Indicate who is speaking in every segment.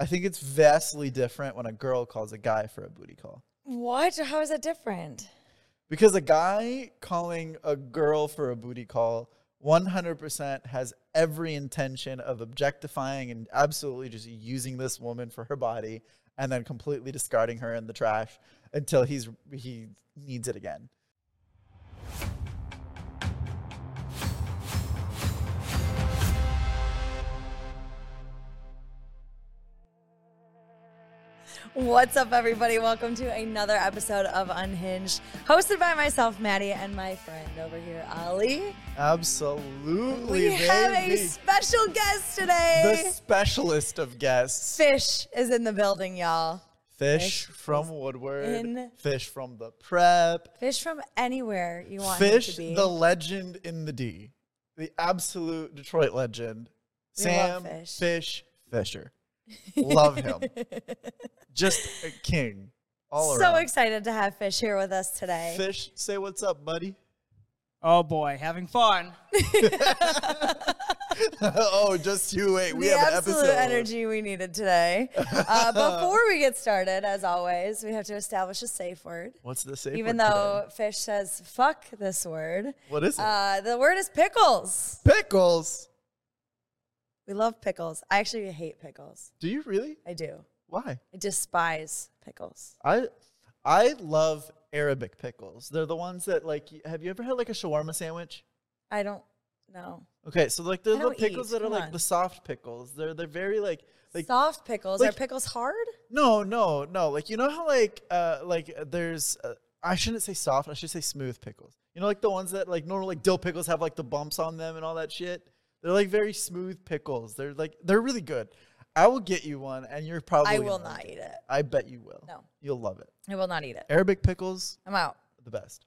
Speaker 1: I think it's vastly different when a girl calls a guy for a booty call.
Speaker 2: What? How is that different?
Speaker 1: Because a guy calling a girl for a booty call 100% has every intention of objectifying and absolutely just using this woman for her body and then completely discarding her in the trash until he's he needs it again.
Speaker 2: What's up, everybody? Welcome to another episode of Unhinged, hosted by myself, Maddie, and my friend over here, Ali.
Speaker 1: Absolutely.
Speaker 2: We have a
Speaker 1: baby.
Speaker 2: special guest
Speaker 1: the
Speaker 2: today.
Speaker 1: specialist of guests.
Speaker 2: Fish is in the building, y'all.
Speaker 1: Fish from Woodward,
Speaker 2: in.
Speaker 1: fish from the prep,
Speaker 2: Fish from anywhere you want him
Speaker 1: Fish,
Speaker 2: to be.
Speaker 1: the legend in the D, the absolute Detroit legend,
Speaker 2: We
Speaker 1: Sam
Speaker 2: love Fish.
Speaker 1: Fish Fisher. Love him. Just a king all
Speaker 2: so
Speaker 1: around.
Speaker 2: excited to have Fish here with us today.
Speaker 1: Fish, say what's up, buddy.
Speaker 3: Oh boy, having fun.
Speaker 1: oh, just you wait. We
Speaker 2: the
Speaker 1: have an
Speaker 2: absolute
Speaker 1: episode.
Speaker 2: energy we needed today. Uh, before we get started, as always, we have to establish a safe word.
Speaker 1: What's the safe
Speaker 2: Even
Speaker 1: word today?
Speaker 2: though Fish says "fuck" this word,
Speaker 1: What is it?
Speaker 2: uh, the word is pickles.
Speaker 1: Pickles.
Speaker 2: We love pickles. I actually hate pickles.
Speaker 1: Do you really?
Speaker 2: I do.
Speaker 1: Why?
Speaker 2: I despise pickles.
Speaker 1: I I love Arabic pickles. They're the ones that like y- have you ever had like a shawarma sandwich?
Speaker 2: I don't know.
Speaker 1: Okay, so like they're
Speaker 2: I
Speaker 1: the
Speaker 2: don't
Speaker 1: pickles
Speaker 2: eat,
Speaker 1: that are
Speaker 2: come
Speaker 1: like
Speaker 2: on.
Speaker 1: the soft pickles. They're they're very like like
Speaker 2: Soft pickles. Are
Speaker 1: like-
Speaker 2: pickles hard?
Speaker 1: no no no like you know how like uh like uh, there's uh, I shouldn't say soft I should say smooth pickles. You know like the ones that like normal like dill pickles have like the bumps on them and all that shit. They're like very smooth pickles. They're like they're really good. I will get you one and you're probably
Speaker 2: I
Speaker 1: gonna
Speaker 2: will
Speaker 1: like
Speaker 2: not
Speaker 1: it.
Speaker 2: eat it.
Speaker 1: I bet you will.
Speaker 2: No.
Speaker 1: You'll love it.
Speaker 2: I will not eat it.
Speaker 1: Arabic pickles
Speaker 2: I'm out.
Speaker 1: the best.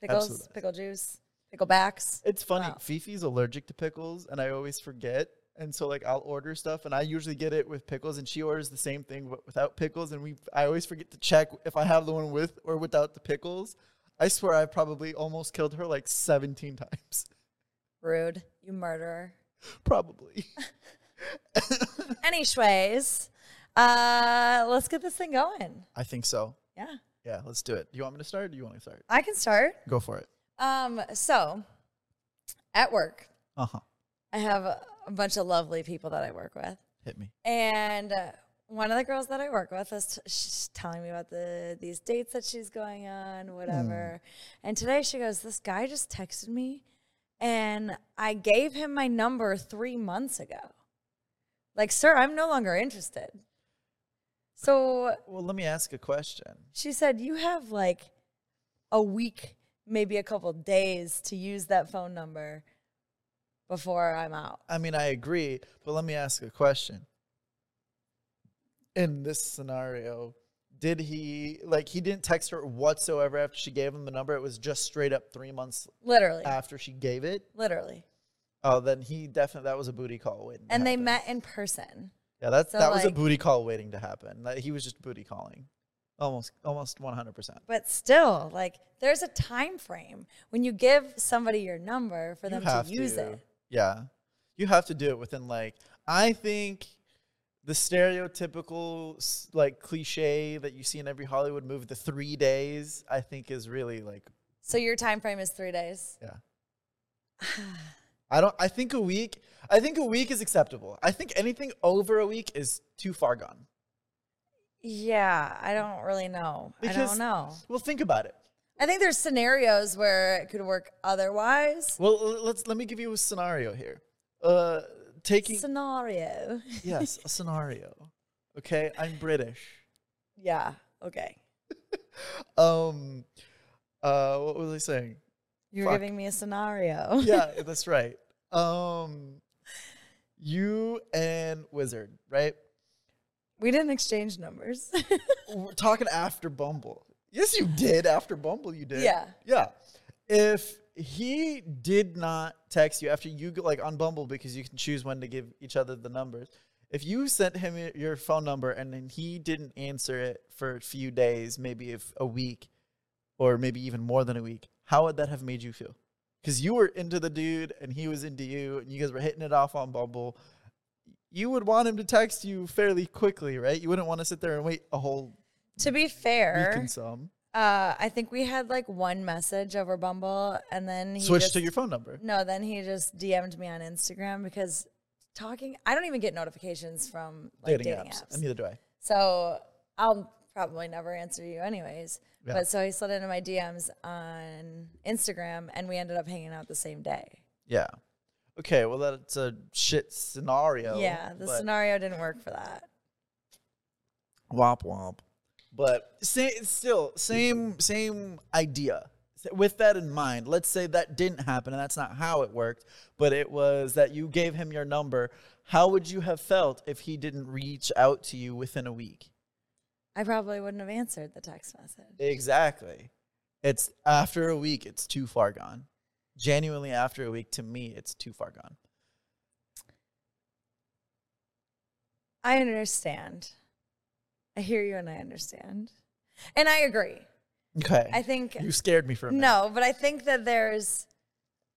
Speaker 2: Pickles,
Speaker 1: Absolutely.
Speaker 2: pickle juice, pickle backs.
Speaker 1: It's funny.
Speaker 2: Wow.
Speaker 1: Fifi's allergic to pickles, and I always forget. And so, like, I'll order stuff, and I usually get it with pickles, and she orders the same thing but without pickles. And we, I always forget to check if I have the one with or without the pickles. I swear, I probably almost killed her like seventeen times,
Speaker 2: Rude. You murderer.
Speaker 1: probably.
Speaker 2: Anyways, uh, let's get this thing going.
Speaker 1: I think so.
Speaker 2: Yeah,
Speaker 1: Yeah, let's do it. Do you want me to start? Or do you want to start?
Speaker 2: I can start.
Speaker 1: Go for it.
Speaker 2: Um, so at work,
Speaker 1: Uh huh.
Speaker 2: I have a a bunch of lovely people that I work with,
Speaker 1: Hit me.
Speaker 2: and uh, one of the girls that I work with is t- she's telling me about the these dates that she's going on, whatever. And today she goes, "This guy just texted me, and I gave him my number three months ago. Like, sir, I'm no longer interested." So
Speaker 1: Well, let me ask a question.
Speaker 2: She said, You have like a week, maybe a couple days to use that phone number before I'm out.
Speaker 1: I mean, I agree, but let me ask a question. In this scenario, did he like he didn't text her whatsoever after she gave him the number? It was just straight up three months
Speaker 2: Literally.
Speaker 1: after she gave it.
Speaker 2: literally.
Speaker 1: Oh, then he definitely that was a booty call waiting. to
Speaker 2: And they
Speaker 1: happen.
Speaker 2: met in person.
Speaker 1: Yeah, that's
Speaker 2: so,
Speaker 1: that was a
Speaker 2: like-
Speaker 1: booty call waiting to happen. Like, he was just booty calling, almost almost one hundred percent.
Speaker 2: But still, like there's a time frame when you give somebody your number for them to use it.
Speaker 1: Yeah, you have to do it within like I think the stereotypical s- like cliche that you see in every Hollywood movie, the three days, I think is really like
Speaker 2: So your time frame is three days.
Speaker 1: yeah. I don't. I think a week. I think a week is acceptable. I think anything over a week is too far gone.
Speaker 2: Yeah, I don't really know. I
Speaker 1: Because-
Speaker 2: don't know.
Speaker 1: Well, think about it.
Speaker 2: I think there's scenarios where it could work otherwise.
Speaker 1: Well, l- let's let me give you a scenario here. Uh, taking
Speaker 2: Scenario.
Speaker 1: yes, a scenario. Okay, I'm British.
Speaker 2: yeah. Okay.
Speaker 1: Um, uh, what was I saying?
Speaker 2: You're
Speaker 1: Fuck.
Speaker 2: giving me a scenario.
Speaker 1: Yeah, that's right. Um, you and Wizard, right?
Speaker 2: We didn't exchange numbers.
Speaker 1: We're talking after Bumble. Yes, you did after Bumble. You did.
Speaker 2: Yeah.
Speaker 1: Yeah. If he did not text you after you go like on Bumble because you can choose when to give each other the numbers. If you sent him y- your phone number and then he didn't answer it for a few days, maybe if a week, or maybe even more than a week, how would that have made you feel? Because you were into the dude and he was into you, and you guys were hitting it off on Bumble. you would want him to text you fairly quickly, right? You wouldn't want to sit there and wait a whole
Speaker 2: To be
Speaker 1: week
Speaker 2: fair,
Speaker 1: and some.
Speaker 2: uh, I think we had like one message over Bumble, and then he
Speaker 1: Switch
Speaker 2: just,
Speaker 1: to your phone number.
Speaker 2: No, then he just DM'd me on Instagram because talking. I don't even get notifications from like,
Speaker 1: dating, apps. And neither do I.
Speaker 2: So I'll probably never answer you anyways.
Speaker 1: Yeah.
Speaker 2: But so he slid into my DMs on Instagram and we ended up hanging out the same day.
Speaker 1: Yeah. Okay, well that's a shit scenario.
Speaker 2: yeah, the
Speaker 1: but-
Speaker 2: scenario didn't work for that.
Speaker 1: Womp womp. But sa- still, same same idea. S- With that in mind, let's say that didn't happen, and that's not how it worked. But it was that you gave him your number. How would you have felt if he didn't reach out to you within a week?
Speaker 2: I probably wouldn't have answered the text message.
Speaker 1: Exactly. It's after a week. It's too far gone. Genuinely, after a week, to me, it's too far gone.
Speaker 2: I understand. I hear you and I understand. And I agree.
Speaker 1: Okay.
Speaker 2: I think
Speaker 1: you scared me for a minute.
Speaker 2: No, but I think that there's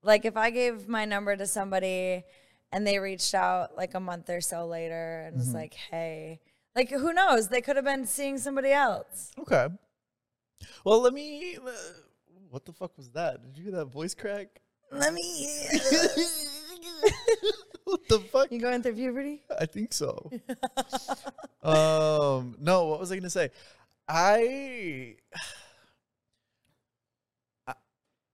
Speaker 2: like if I gave my number to somebody and they reached out like a month or so later and
Speaker 1: Mm-hmm.
Speaker 2: was like, "Hey," like who knows? They could have been seeing somebody else.
Speaker 1: Okay. Well, let me. Uh, what the fuck was that? Did you hear that voice crack?
Speaker 2: Let me.
Speaker 1: what the fuck?
Speaker 2: you going through puberty?
Speaker 1: I think so. um, no, what was I going to say? I, I-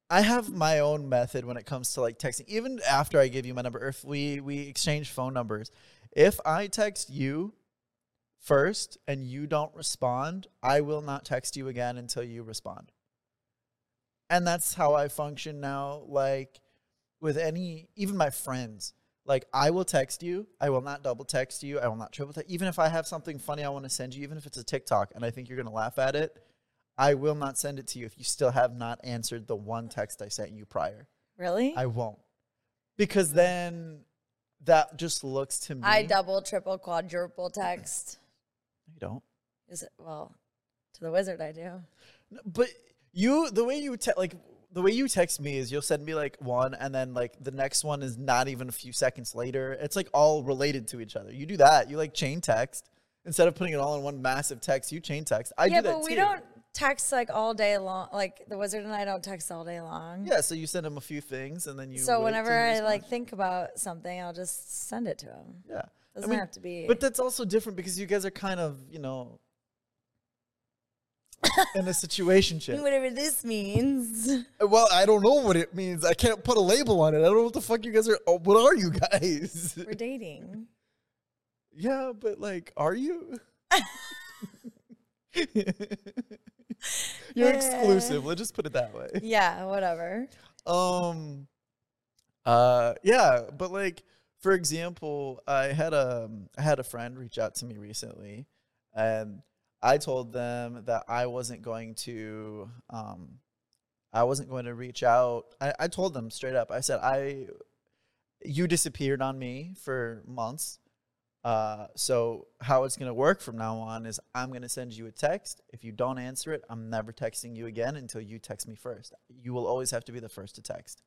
Speaker 1: I have my own method when it comes to like texting. Even after I give you my number, or if we we exchange phone numbers, if I text you first and you don't respond, I will not text you again until you respond. And that's how I function now. Like with any, even my friends, like I will text you. I will not double text you. I will not triple text. Even if I have something funny I want to send you, even if it's a TikTok and I think you're going to laugh at it, I will not send it to you if you still have not answered the one text I sent you prior.
Speaker 2: Really? I,
Speaker 1: I won't. Because then that just looks to me.
Speaker 2: double, triple, quadruple text.
Speaker 1: You don't.
Speaker 2: Is it well? To the wizard, I do.
Speaker 1: No, But you, the way you te- like the way you text me is you'll send me like one, and then like the next one is not even a few seconds later. It's like all related to each other. You do that. You like chain text instead of putting it all in one massive text. You chain text. I
Speaker 2: yeah,
Speaker 1: do that
Speaker 2: but we
Speaker 1: too.
Speaker 2: don't text like all day long. Like the wizard and I don't text all day long.
Speaker 1: Yeah, so you send him a few things, and then you.
Speaker 2: So
Speaker 1: wait
Speaker 2: whenever
Speaker 1: till he
Speaker 2: I
Speaker 1: responds.
Speaker 2: like think about something, I'll just send it to him.
Speaker 1: yeah, I
Speaker 2: Doesn't
Speaker 1: mean,
Speaker 2: have to be.
Speaker 1: But that's also different because you guys are kind of you know. in a situation
Speaker 2: Whatever this means.
Speaker 1: Well, I don't know what it means. I can't put a label on it. I don't know what the fuck you guys are. oh, What are you guys?
Speaker 2: We're dating.
Speaker 1: Yeah, but like, are you? You're exclusive. Let's just put it that way.
Speaker 2: Yeah, whatever.
Speaker 1: Um, uh, yeah, but like, for example, I had a I had a friend reach out to me recently, and I told them that I wasn't going to um, I wasn't going to reach out. I, I told them straight up. I said I, you disappeared on me for months. Uh, so how it's gonna work from now on is I'm gonna send you a text. If you don't answer it, I'm never texting you again until you text me first. You will always have to be the first to text.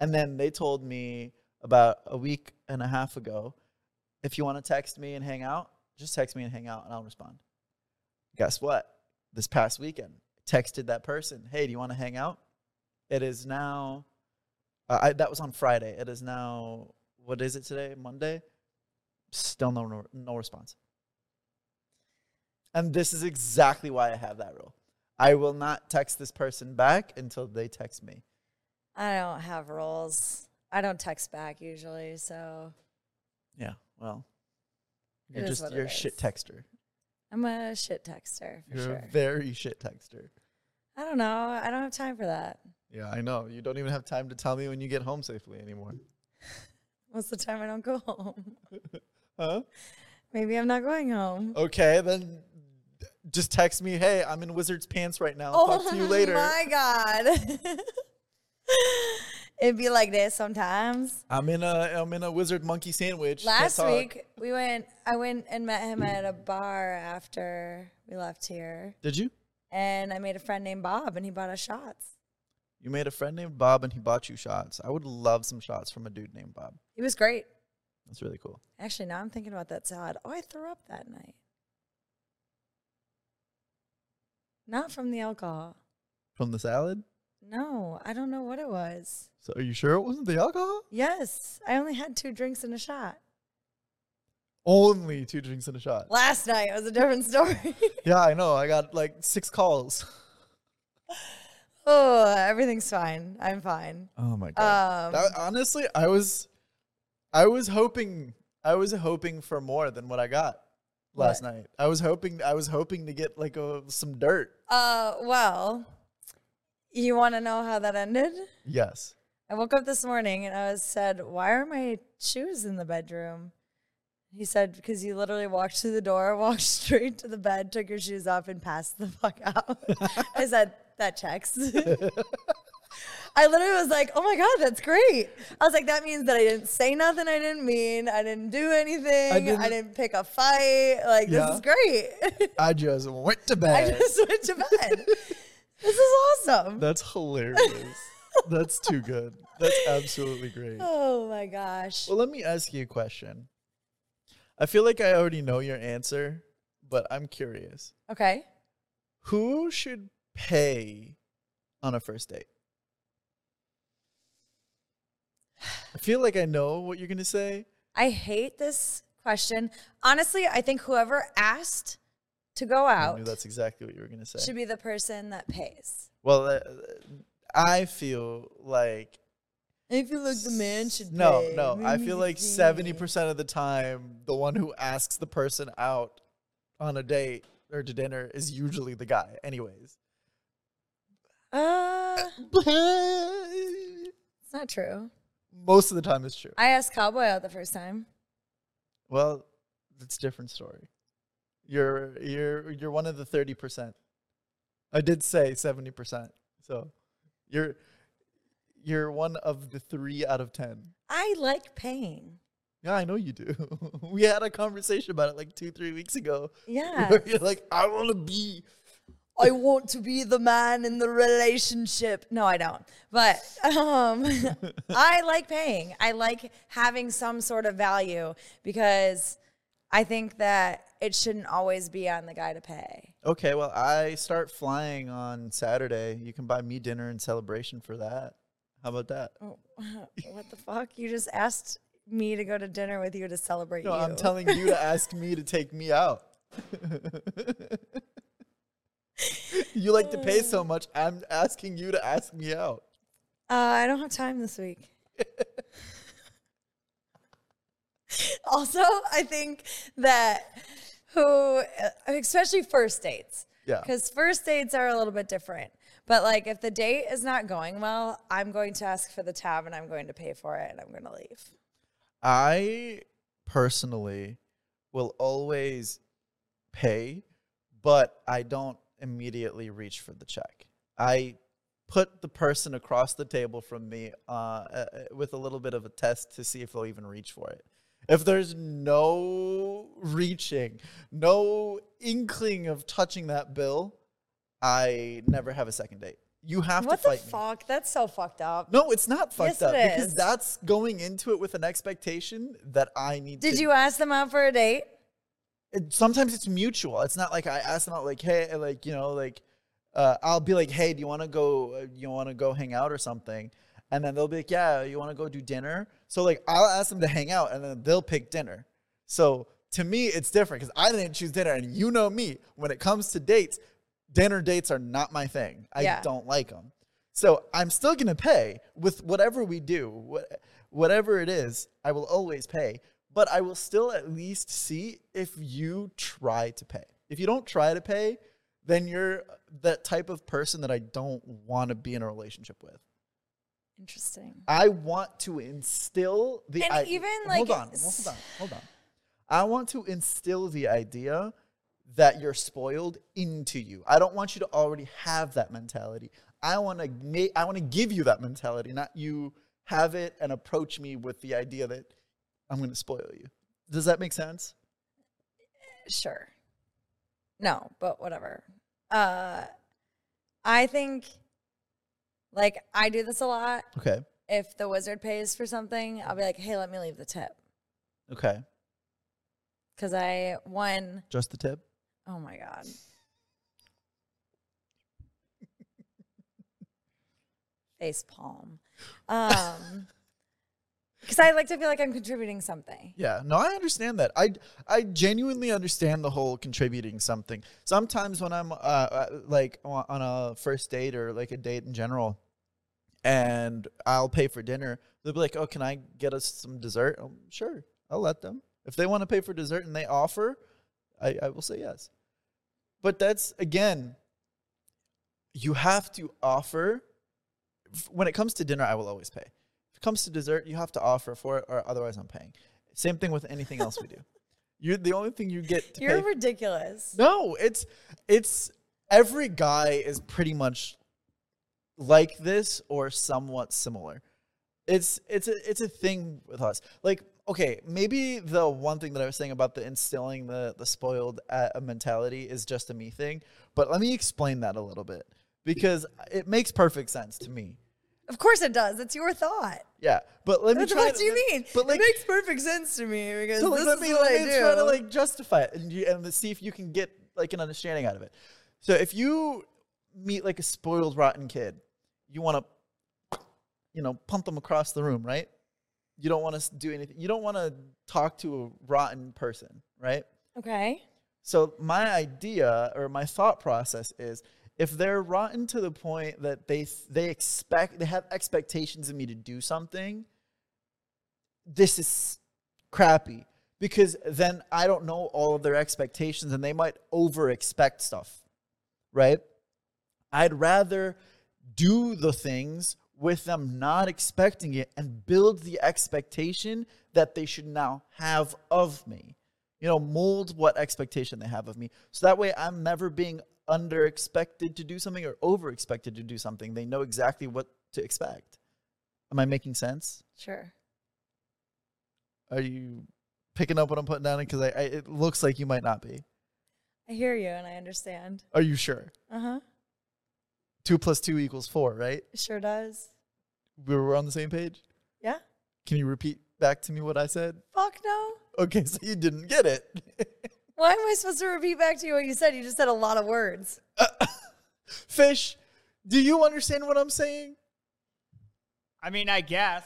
Speaker 1: And then they told me about a week and a half ago, if you want to text me and hang out, just text me and hang out, and I'll respond. Guess what? This past weekend, I texted that person, "Hey, do you want to hang out?" It is now. Uh, I, that was on Friday. It is now. What is it today? Monday still no, no no response. And this is exactly why I have that rule. I will not text this person back until they text me.
Speaker 2: I don't have rules. I don't text back usually, so
Speaker 1: Yeah, well,
Speaker 2: It
Speaker 1: you're
Speaker 2: is
Speaker 1: just
Speaker 2: what it
Speaker 1: you're a shit
Speaker 2: is.
Speaker 1: texter.
Speaker 2: I'm a shit texter for
Speaker 1: You're
Speaker 2: sure.
Speaker 1: a very shit texter.
Speaker 2: I don't know. I don't have time for that.
Speaker 1: Yeah, I know. You don't even have time to tell me when you get home safely anymore.
Speaker 2: What's the time I don't go home?
Speaker 1: Huh?
Speaker 2: Maybe I'm not going home.
Speaker 1: Okay, then just text me. Hey, I'm in wizard's pants right now. Talk to you later.
Speaker 2: Oh my god. It'd be like this sometimes.
Speaker 1: I'm in a I'm in a wizard monkey sandwich. Can't
Speaker 2: Last
Speaker 1: talk.
Speaker 2: week we went. I went and met him at a bar after we left here,
Speaker 1: Did you?
Speaker 2: and I made a friend named Bob, and he bought us shots.
Speaker 1: You made a friend named Bob and he bought you shots. I would love some shots from a dude named Bob.
Speaker 2: He was great.
Speaker 1: That's really cool.
Speaker 2: Actually, now I'm thinking about that salad. Oh, I threw up that night. Not from the alcohol.
Speaker 1: From the salad?
Speaker 2: No, I don't know what it was.
Speaker 1: So are you sure it wasn't the alcohol?
Speaker 2: Yes, I only had two drinks and a shot.
Speaker 1: Only two drinks and a shot.
Speaker 2: Last night was a different story.
Speaker 1: Yeah, I know. I got like six calls.
Speaker 2: oh, everything's fine. I'm fine.
Speaker 1: Oh my god.
Speaker 2: Um,
Speaker 1: That- honestly, I was I was hoping I was hoping for more than what I got last night. I was hoping I was hoping to get like a, some dirt.
Speaker 2: Uh, well, you want to know how that ended?
Speaker 1: Yes.
Speaker 2: I woke up this morning and I was said, "Why are my shoes in the bedroom?" He said, "Because you literally walked through the door, walked straight to the bed, took your shoes off, and passed the fuck out." I said, "That checks." I literally was like, "Oh my god, that's great!" I was like, "That means that I didn't say nothing. I didn't mean. I didn't do anything. I didn't,
Speaker 1: didn't-
Speaker 2: pick a fight. Like
Speaker 1: Yeah.
Speaker 2: this is great."
Speaker 1: I just went to
Speaker 2: I
Speaker 1: bed.
Speaker 2: just went to bed. this is awesome.
Speaker 1: That's hilarious. That's too good. That's absolutely great.
Speaker 2: oh my gosh.
Speaker 1: Well, let me ask you a question. I feel like I already know your answer, but I'm curious.
Speaker 2: Okay.
Speaker 1: Who should pay on a first date? I feel like I know what you're going to say.
Speaker 2: I hate this question. Honestly, I think whoever asked to go
Speaker 1: I knew
Speaker 2: out
Speaker 1: that's exactly what you were going to say.
Speaker 2: should be the person that pays.
Speaker 1: well, uh, I feel like
Speaker 2: I feel like the man should
Speaker 1: No, no. I feel like 70% of the time, the one who asks the person out on a date or to dinner is usually the guy, anyways.
Speaker 2: Uh, it's not true.
Speaker 1: Most of the time, it's true.
Speaker 2: I asked Cowboy out the first time.
Speaker 1: Well, it's a different story. You're you're you're one of the 30%. I did say 70%. So, you're you're one of the 3 out of 10.
Speaker 2: I like paying.
Speaker 1: Yeah, I know you do. we had a conversation about it like 2-3 weeks ago.
Speaker 2: Yeah.
Speaker 1: Where you're like, I want to be.
Speaker 2: I want to be the man in the relationship. No, I don't. But um, I like paying. I like having some sort of value because I think that it shouldn't always be on the guy to pay.
Speaker 1: Okay, well, I start flying on Saturday. You can buy me dinner in celebration for that. How about that?
Speaker 2: Oh, what the fuck? You just asked me to go to dinner with you to celebrate
Speaker 1: No,
Speaker 2: you.
Speaker 1: I'm telling you to ask me to take me out. you like to pay so much. I'm asking you to ask me out.
Speaker 2: uh, I don't have time this week. also, I think that who, uh, especially first dates,
Speaker 1: Yeah.
Speaker 2: Because first dates are a little bit different. But like if the date is not going well, I'm going to ask for the tab and I'm going to pay for it and I'm going to leave.
Speaker 1: I personally will always pay, but I don't immediately reach for the check. I put the person across the table from me uh, uh, uh, with a little bit of a test to see if they'll even reach for it. If there's no reaching, no inkling of touching that bill, I never have a second date. You have
Speaker 2: What
Speaker 1: to
Speaker 2: the
Speaker 1: fight me.
Speaker 2: fuck? That's so fucked up.
Speaker 1: No, it's not fucked
Speaker 2: Yes, it
Speaker 1: up because
Speaker 2: is.
Speaker 1: that's going into it with an expectation that I need.
Speaker 2: Did
Speaker 1: to,
Speaker 2: you ask them out for a date?
Speaker 1: It, sometimes it's mutual. It's not like I ask them out, like, hey, like you know, like uh, I'll be like, hey, do you want to go? uh, You want to go hang out or something? And then they'll be like, yeah, you want to go do dinner? So like I'll ask them to hang out, and then they'll pick dinner. So to me, it's different because I didn't choose dinner, and you know me when it comes to dates. Dinner dates are not my thing. I
Speaker 2: Yeah.
Speaker 1: don't like them. So I'm still gonna pay with whatever we do, what, whatever it is. I will always pay, but I will still at least see if you try to pay. If you don't try to pay, then you're that type of person that I don't want to be in a relationship with.
Speaker 2: Interesting.
Speaker 1: I want to instill the
Speaker 2: And
Speaker 1: i-
Speaker 2: even,
Speaker 1: hold
Speaker 2: like,
Speaker 1: on,
Speaker 2: s-
Speaker 1: hold on, hold on. I want to instill the idea that you're spoiled into you. I don't want you to already have that mentality. I want to make I want to give you that mentality, not you have it and approach me with the idea that I'm going to spoil you. Does that make sense?
Speaker 2: Sure. No, but whatever. Uh, I think like I do this a lot.
Speaker 1: Okay.
Speaker 2: If the wizard pays for something, I'll be like, hey, let me leave the tip.
Speaker 1: Okay.
Speaker 2: because I won.
Speaker 1: Just the tip.
Speaker 2: Oh my god. Face palm. Um, because I like to feel like I'm contributing something.
Speaker 1: Yeah, no, I understand that. I I genuinely understand the whole contributing something. Sometimes when I'm uh, uh, like on on a first date or like a date in general, and I'll pay for dinner, they'll be like, "Oh, can I get us some dessert?" i sure, I'll let them. If they want to pay for dessert and they offer, I, I will say yes. But that's again, you have to offer. F- When it comes to dinner, I will always pay. If it comes to dessert, you have to offer for it, or otherwise I'm paying. Same thing with anything else we do. You're the only thing you get. To
Speaker 2: You're
Speaker 1: pay.
Speaker 2: ridiculous.
Speaker 1: No, it's it's every guy is pretty much like this or somewhat similar. It's it's a it's a thing with us. Like okay, maybe the one thing that I was saying about the instilling the the spoiled uh, mentality is just a me thing, but let me explain that a little bit because it makes perfect sense to me.
Speaker 2: Of course it does. It's your thought.
Speaker 1: Yeah, but let me
Speaker 2: What the
Speaker 1: try.
Speaker 2: fuck
Speaker 1: to-
Speaker 2: do you mean?
Speaker 1: But like,
Speaker 2: it makes perfect sense to me because
Speaker 1: so like,
Speaker 2: this
Speaker 1: let
Speaker 2: is
Speaker 1: me,
Speaker 2: what
Speaker 1: let
Speaker 2: I
Speaker 1: me
Speaker 2: do.
Speaker 1: try to like justify it and, you, and see if you can get like an understanding out of it. So if you meet like a spoiled, rotten kid, you want to, you know, pump them across the room, right? You don't want to do anything. You don't want to talk to a rotten person, right?
Speaker 2: okay.
Speaker 1: So my idea or my thought process is if they're rotten to the point that they they expect they have expectations of me to do something, this is crappy because then I don't know all of their expectations and they might over expect stuff, right? I'd rather do the things with them not expecting it and build the expectation that they should now have of me. You know, mold what expectation they have of me. So that way I'm never being under expected to do something or over expected to do something. They know exactly what to expect. Am I making sense?
Speaker 2: Sure.
Speaker 1: Are you picking up what I'm putting down? Because I, I, it looks like you might not be.
Speaker 2: I hear you and I understand.
Speaker 1: Are you sure?
Speaker 2: Uh huh.
Speaker 1: Two plus two equals four, right?
Speaker 2: Sure does.
Speaker 1: We were on the same page.
Speaker 2: Yeah.
Speaker 1: Can you repeat back to me what I said?
Speaker 2: Fuck no.
Speaker 1: Okay, so you didn't get it.
Speaker 2: Why am I supposed to repeat back to you what you said? You just said a lot of words.
Speaker 1: Fish, do you understand what I'm saying?
Speaker 3: I mean, I guess.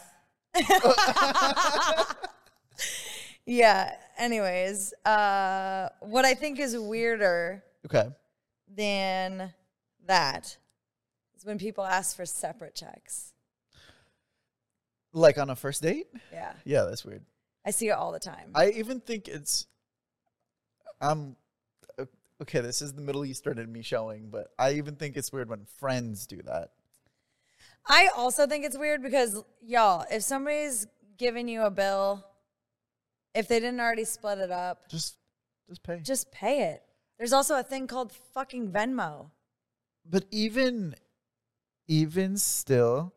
Speaker 2: Yeah. Anyways, uh, what I think is weirder
Speaker 1: Okay.
Speaker 2: than that is when people ask for separate checks.
Speaker 1: Like on a first date?
Speaker 2: Yeah.
Speaker 1: Yeah, that's weird.
Speaker 2: I see it all the time.
Speaker 1: I even think it's. I'm. o- Okay, this is the Middle Eastern in me showing, but I even think it's weird when friends do that.
Speaker 2: I also think it's weird because y'all, if somebody's giving you a bill, if they didn't already split it up,
Speaker 1: Just, just pay.
Speaker 2: just pay it. There's also a thing called fucking Venmo.
Speaker 1: but even even still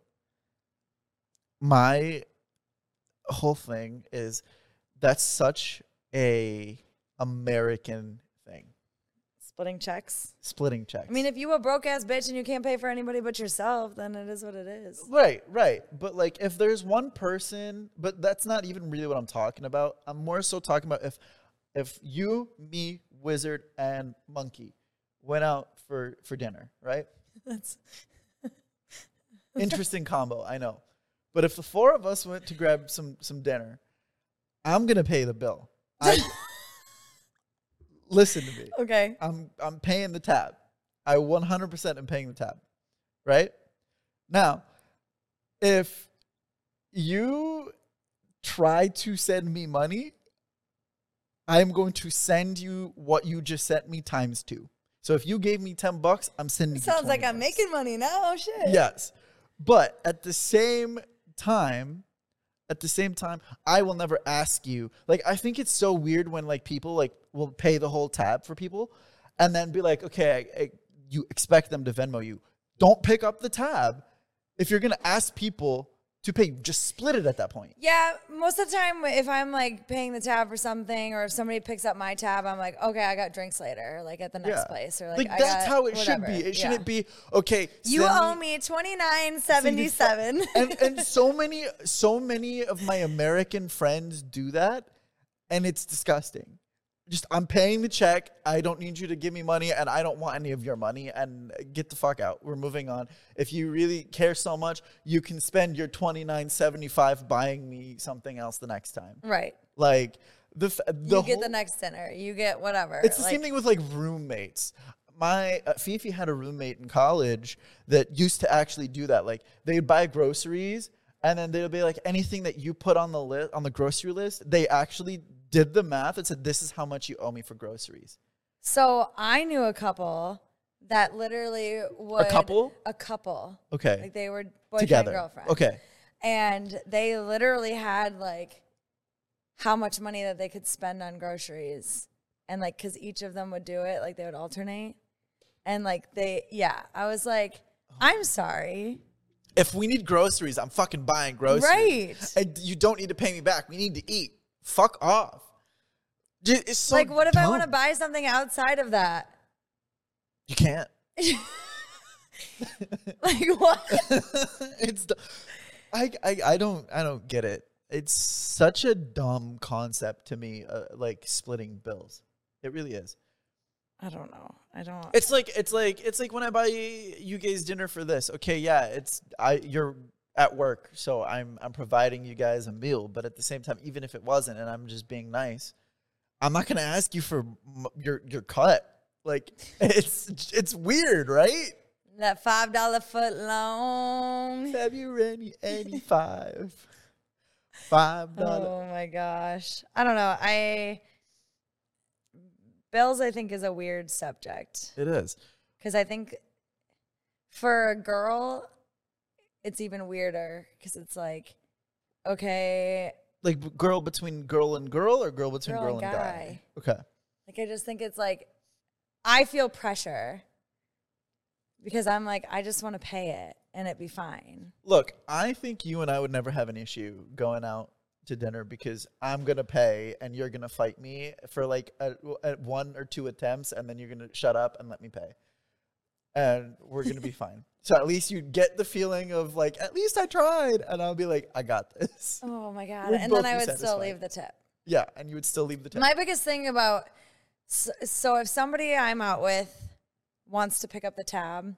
Speaker 1: my whole thing is that's such a american thing
Speaker 2: Splitting checks.
Speaker 1: splitting checks
Speaker 2: I mean, if you a broke ass bitch and you can't pay for anybody but yourself, then it is what it is.
Speaker 1: Right, right. But like if there's one person, but that's not even really what I'm talking about. I'm more so talking about if if you, me, wizard and monkey went out for for dinner, right?
Speaker 2: That's
Speaker 1: Interesting combo, I know. But if the four of us went to grab some some dinner, I'm going to pay the bill. I Listen to me.
Speaker 2: okay.
Speaker 1: I'm I'm paying the tab. I 100% am paying the tab. Right? Now, if you try to send me money, I'm going to send you what you just sent me times 2. So if you gave me 10 bucks, I'm sending you
Speaker 2: Sounds like
Speaker 1: 20
Speaker 2: I'm
Speaker 1: bucks.
Speaker 2: making money now. Oh, Shit.
Speaker 1: Yes. But at the same time, at the same time, I will never ask you. Like I think it's so weird when like people like will pay the whole tab for people and then be like, "Okay, I, I, you expect them to Venmo you. Don't pick up the tab if you're going to ask people to pay. Just split it at that point."
Speaker 2: Yeah, most of the time, if I'm like paying the tab for something, or if somebody picks up my tab, I'm like, okay, I got drinks later, like at the next place, or like, I
Speaker 1: that's
Speaker 2: got
Speaker 1: how it should
Speaker 2: whatever.
Speaker 1: be. It
Speaker 2: Yeah.
Speaker 1: shouldn't be, "Okay,
Speaker 2: You
Speaker 1: send
Speaker 2: owe me twenty nine seventy seven.
Speaker 1: and and so many so many of my American friends do that, and it's disgusting. Just I'm paying the check. I don't need you to give me money, and I don't want any of your money. And get the fuck out. We're moving on. If you really care so much, you can spend your twenty nine seventy five buying me something else the next time.
Speaker 2: Right.
Speaker 1: Like the f-
Speaker 2: Mm. You
Speaker 1: the
Speaker 2: get
Speaker 1: whole-
Speaker 2: the next dinner. You get whatever.
Speaker 1: it's the
Speaker 2: Like,
Speaker 1: same thing with like roommates. My uh, Fifi had a roommate in college that used to actually do that. Like they'd buy groceries and then they'd be like anything that you put on the list on the grocery list, they actually did the math and said this is how much you owe me for groceries.
Speaker 2: So I knew a couple that literally would
Speaker 1: couple?
Speaker 2: a couple.
Speaker 1: Okay.
Speaker 2: Like they were boyfriend
Speaker 1: Together.
Speaker 2: and girlfriend.
Speaker 1: Okay.
Speaker 2: And they literally had like how much money that they could spend on groceries. And like cuz each of them would do it, like they would alternate. And like they yeah, I was like
Speaker 1: Oh.
Speaker 2: I'm sorry.
Speaker 1: If we need groceries, I'm fucking buying groceries.
Speaker 2: Right.
Speaker 1: And you don't need to pay me back. We need to eat. Fuck off. Dude, It's so
Speaker 2: like what if I want to
Speaker 1: dumb.
Speaker 2: buy something outside of that?
Speaker 1: You can't.
Speaker 2: Like what?
Speaker 1: it's the, I, I I don't I don't get it. It's such a dumb concept to me, uh, like splitting bills. It really is.
Speaker 2: I don't know. I don't
Speaker 1: It's like it's like it's like when I buy you guys dinner for this. Okay, yeah, it's I you're at work, so I'm I'm providing you guys a meal, but at the same time, even if it wasn't, and I'm just being nice, I'm not gonna ask you for m- your your cut. Like it's it's weird, right?
Speaker 2: that five dollar foot long.
Speaker 1: February 85. Five dollars.
Speaker 2: Oh my gosh. I don't know. I bills I think is a weird subject
Speaker 1: It is.
Speaker 2: cuz I think for a girl it's even weirder cuz it's like okay,
Speaker 1: Like b- girl between girl and girl or girl between girl,
Speaker 2: Girl
Speaker 1: and
Speaker 2: and
Speaker 1: guy? Okay.
Speaker 2: like I just think it's like I feel pressure because I'm like I just want to pay it and it be fine.
Speaker 1: Look, I think you and I would never have an issue going out to dinner because I'm going to pay and you're going to fight me for like a, a one or two attempts and then you're going to shut up and let me pay. And we're going to be fine. So at least you get the feeling of like, at least I tried. And I'll be like, I got this.
Speaker 2: Oh my god.
Speaker 1: We'd
Speaker 2: and then
Speaker 1: both
Speaker 2: I
Speaker 1: be
Speaker 2: would still
Speaker 1: satisfied.
Speaker 2: leave the tip.
Speaker 1: Yeah. And you would still leave the tip.
Speaker 2: My biggest thing about so, so if somebody I'm out with wants to pick up the tab,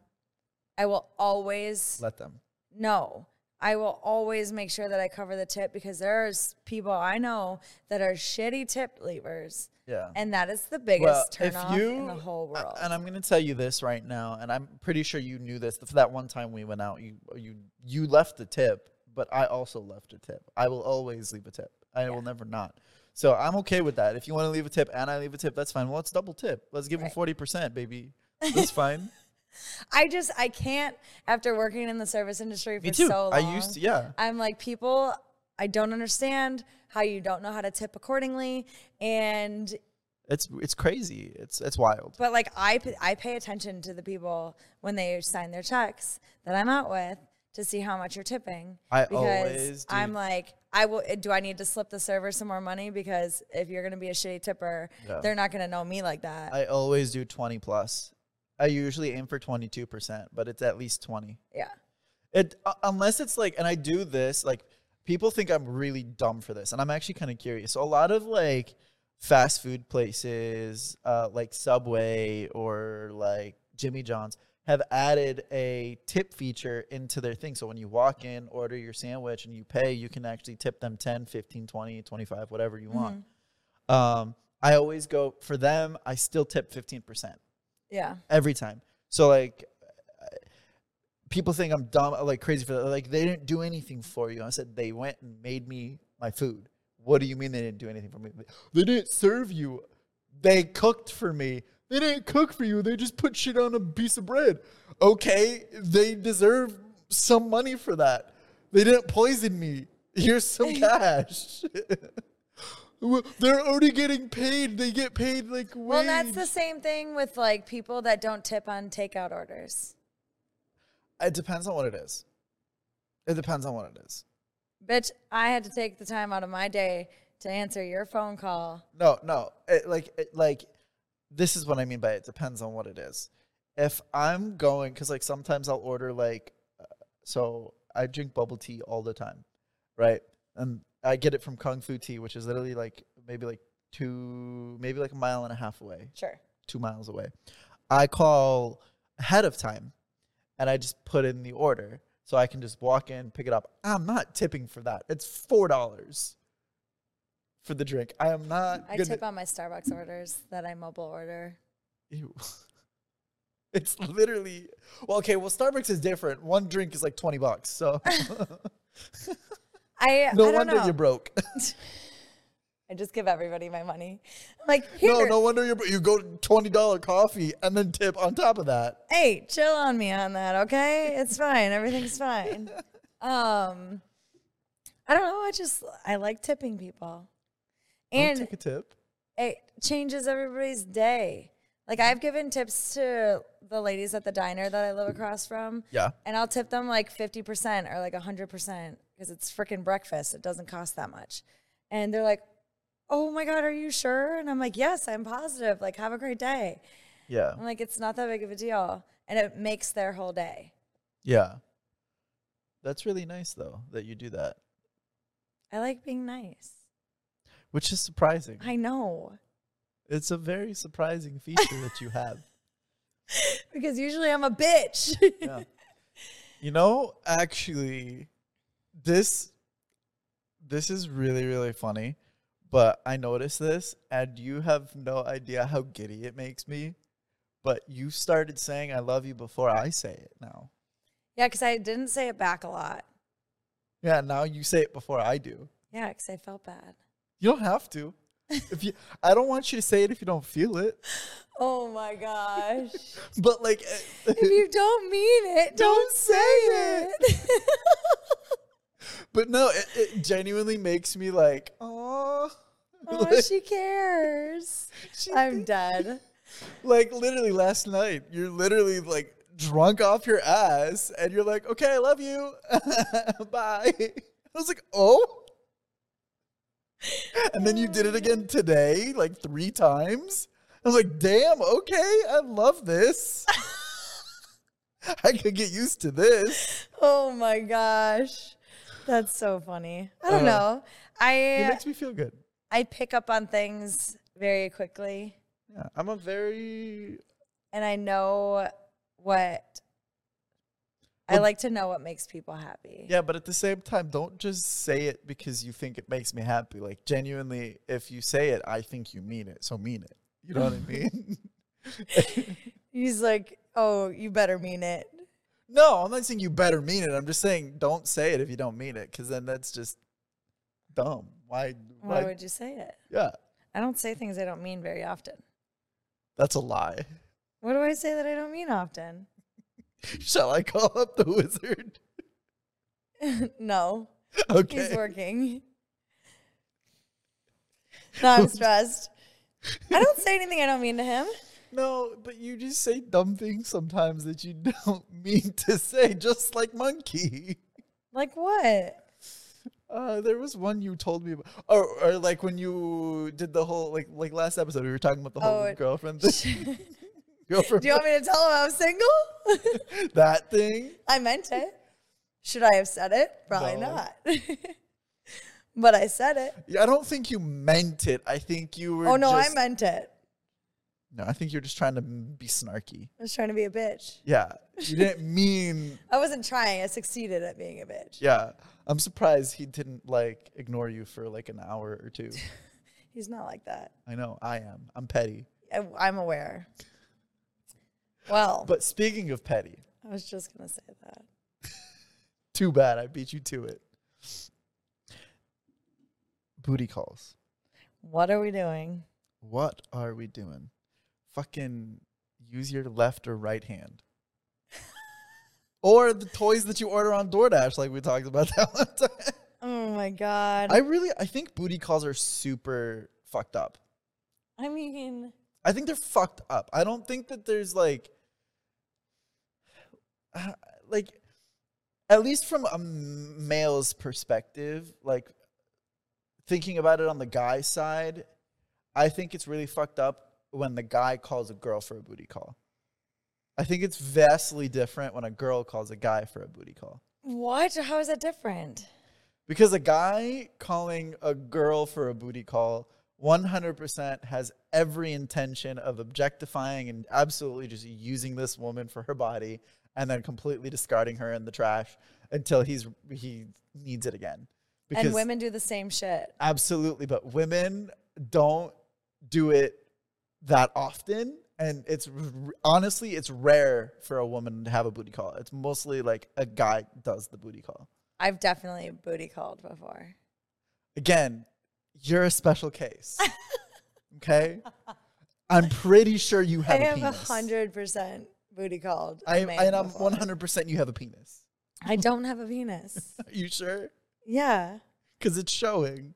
Speaker 2: I will always
Speaker 1: let them.
Speaker 2: no. I will always make sure that I cover the tip because there's people I know that are shitty tip leavers,
Speaker 1: Yeah.
Speaker 2: and that is the biggest
Speaker 1: Well,
Speaker 2: turn
Speaker 1: if
Speaker 2: off
Speaker 1: you,
Speaker 2: in the whole
Speaker 1: a-
Speaker 2: world.
Speaker 1: And I'm going to tell you this right now, and I'm pretty sure you knew this. For that one time we went out, you you you left the tip, but I also left a tip. I will always leave a tip. I will never not. So I'm okay with that. If you want to leave a tip and I leave a tip, that's fine. Well, let's double tip. Let's give them
Speaker 2: Right.
Speaker 1: forty percent, baby. That's fine.
Speaker 2: I just I can't after working in the service industry for
Speaker 1: Me too.
Speaker 2: so long.
Speaker 1: I used to, yeah.
Speaker 2: I'm like, people, I don't understand how you don't know how to tip accordingly, and
Speaker 1: It's it's crazy. It's it's wild.
Speaker 2: But like I, p- I pay attention to the people when they sign their checks that I'm out with to see how much you're tipping.
Speaker 1: I always do.
Speaker 2: I'm like, I will. eh, Do I need to slip the server some more money? Because if you're gonna be a shitty tipper,
Speaker 1: Yeah.
Speaker 2: they're not gonna know me like that.
Speaker 1: I always do twenty plus. I usually aim for twenty two percent, but it's at least twenty.
Speaker 2: yeah.
Speaker 1: It uh, unless it's like, and I do this like people think I'm really dumb for this, and I'm actually kind of curious. So a lot of like fast food places, uh, like Subway or like Jimmy John's, have added a tip feature into their thing. So when you walk in, order your sandwich, and you pay, you can actually tip them 10, 15, 20, 25, whatever you want. Um, I always go for them. I still tip fifteen percent
Speaker 2: Yeah.
Speaker 1: every time. So like, I- people think I'm dumb, like crazy for that. Like they didn't do anything for you. I said they went and made me my food. What do you mean they didn't do anything for me? They didn't serve you. They cooked for me. They didn't cook for you. They just put shit on a piece of bread. Okay, they deserve some money for that. They didn't poison me. Here's some cash. Well, They're already getting paid. They get paid like wage.
Speaker 2: Well, that's the same thing with like people that don't tip on takeout orders.
Speaker 1: It depends on what it is. It depends on what it is.
Speaker 2: Bitch, I had to take the time out of my day to answer your phone call.
Speaker 1: No, no. It, like, it, like, this is what I mean by it depends on what it is. If I'm going, because like sometimes I'll order like, uh, so I drink bubble tea all the time, right? And I get it from Kung Fu Tea, which is literally like maybe like two, maybe like a mile and a half away,
Speaker 2: Sure.
Speaker 1: two miles away. I call ahead of time and I just put in the order so I can just walk in, pick it up. I'm not tipping for that. It's $4 for the drink. I am not.
Speaker 2: I
Speaker 1: gonna-
Speaker 2: tip on my Starbucks orders that I mobile order.
Speaker 1: Ew. It's literally well, okay. Well, Starbucks is different. One drink is like twenty bucks, so
Speaker 2: I
Speaker 1: no
Speaker 2: I don't
Speaker 1: wonder
Speaker 2: know.
Speaker 1: you're broke.
Speaker 2: I just give everybody my money. I'm like, here,
Speaker 1: no, no wonder you're bro- you go twenty dollar coffee and then tip on top of that.
Speaker 2: hey, chill on me on that, okay? It's fine. Everything's fine. Um, I don't know. I just I like tipping people,
Speaker 1: I'll
Speaker 2: and
Speaker 1: take a tip.
Speaker 2: it changes everybody's day. Like I've given tips to the ladies at the diner that I live across from.
Speaker 1: Yeah.
Speaker 2: And I'll tip them like 50% or like 100% because it's freaking breakfast. It doesn't cost that much. And they're like, oh my God, are you sure? And I'm like, yes, I'm positive. Like, have a great day.
Speaker 1: Yeah.
Speaker 2: I'm like, it's not that big of a deal. And it makes their whole day.
Speaker 1: Yeah. That's really nice though that you do that,
Speaker 2: I like being nice.
Speaker 1: which is surprising.
Speaker 2: I know.
Speaker 1: It's a very surprising feature that you have.
Speaker 2: Because usually I'm a bitch.
Speaker 1: Yeah. You know, actually, this this is really really funny, but I noticed this, and you have no idea how giddy it makes me. But you started saying "I love you" before I say it now.
Speaker 2: yeah, because I didn't say it back a lot.
Speaker 1: Yeah, now you say it before I do.
Speaker 2: Yeah, because I felt bad.
Speaker 1: You don't have to. If you, I don't want you to say it if you don't feel it.
Speaker 2: Oh my gosh.
Speaker 1: But like, eh,
Speaker 2: if you don't mean it, don't,
Speaker 1: don't say it. But no, it, it genuinely makes me like, oh,
Speaker 2: oh, she cares. I'm dead.
Speaker 1: Like literally last night, you're literally like drunk off your ass, and you're like, "Okay, I love you, bye." I was like, "Oh," and then you did it again today, like three times. I was like, "Damn, okay, I love this. I could get used to this."
Speaker 2: Oh my gosh. That's so funny. I don't
Speaker 1: Uh,
Speaker 2: know.
Speaker 1: It
Speaker 2: I
Speaker 1: makes me feel good.
Speaker 2: I pick up on things very quickly
Speaker 1: Yeah, I'm a very
Speaker 2: and I know what I
Speaker 1: Well-
Speaker 2: like to know what makes people happy.
Speaker 1: Yeah, but at the same time, don't just say it because you think it makes me happy. Like genuinely, if you say it, I think you mean it. So mean it. You know what I mean?
Speaker 2: He's like, "Oh, you better mean it."
Speaker 1: no, I'm not saying you better mean it. I'm just saying don't say it if you don't mean it, because then that's just dumb. Why? why-
Speaker 2: Why would you say it?
Speaker 1: yeah,
Speaker 2: I don't say things I don't mean very often.
Speaker 1: that's a lie.
Speaker 2: What do I say that I don't mean often?
Speaker 1: Shall I call up the wizard?
Speaker 2: no. He's
Speaker 1: Okay.
Speaker 2: working. No, I'm stressed. I don't say anything I don't mean to him.
Speaker 1: No, but you just say dumb things sometimes that you don't mean to say, just like monkey.
Speaker 2: Like what?
Speaker 1: Uh, there was one you told me about, or, or like when you did the whole like like last episode we were talking about the whole
Speaker 2: Oh,
Speaker 1: girlfriend
Speaker 2: Do
Speaker 1: thing, girlfriend
Speaker 2: you want me to tell him I'm single?
Speaker 1: that thing.
Speaker 2: I meant it. Should I have said it? Probably
Speaker 1: No.
Speaker 2: not. but I said it.
Speaker 1: Yeah, I don't think you meant it. I think you were.
Speaker 2: oh no,
Speaker 1: just-
Speaker 2: I meant it.
Speaker 1: No, I think you're just trying to m- be snarky.
Speaker 2: I was trying to be a bitch.
Speaker 1: Yeah, you didn't mean.
Speaker 2: I wasn't trying. I succeeded at being a bitch.
Speaker 1: Yeah, I'm surprised he didn't like ignore you for like an hour or two.
Speaker 2: He's not like that.
Speaker 1: I know I am. I'm petty.
Speaker 2: I, I'm aware. Well,
Speaker 1: But speaking of petty,
Speaker 2: I was just gonna say that.
Speaker 1: too bad I beat you to it. Booty calls.
Speaker 2: What are we doing?
Speaker 1: What are we doing? Fucking use your left or right hand. or the toys that you order on DoorDash, like we talked about that one time.
Speaker 2: Oh my god.
Speaker 1: I really I think booty calls are super fucked up.
Speaker 2: I mean,
Speaker 1: I think they're fucked up. I don't think that there's like uh, like at least from a m- male's perspective, like thinking about it on the guy side, I think it's really fucked up when the guy calls a girl for a booty call. I think it's vastly different when a girl calls a guy for a booty call.
Speaker 2: what? How is that different?
Speaker 1: Because a guy calling a girl for a booty call 100% has every intention of objectifying and absolutely just using this woman for her body and then completely discarding her in the trash until he's he needs it again.
Speaker 2: and women do the same shit.
Speaker 1: Absolutely, but women don't do it that often, and it's r- honestly it's rare for a woman to have a booty call. It's mostly like a guy does the booty call.
Speaker 2: I've definitely booty called before.
Speaker 1: Again, you're a special case. okay, I'm pretty sure you
Speaker 2: I
Speaker 1: have a
Speaker 2: have a
Speaker 1: penis.
Speaker 2: hundred percent booty called. a
Speaker 1: I,
Speaker 2: man
Speaker 1: and I'm
Speaker 2: before.
Speaker 1: 100 percent you have a penis.
Speaker 2: I don't have a penis.
Speaker 1: Are you sure?
Speaker 2: yeah.
Speaker 1: Because it's showing.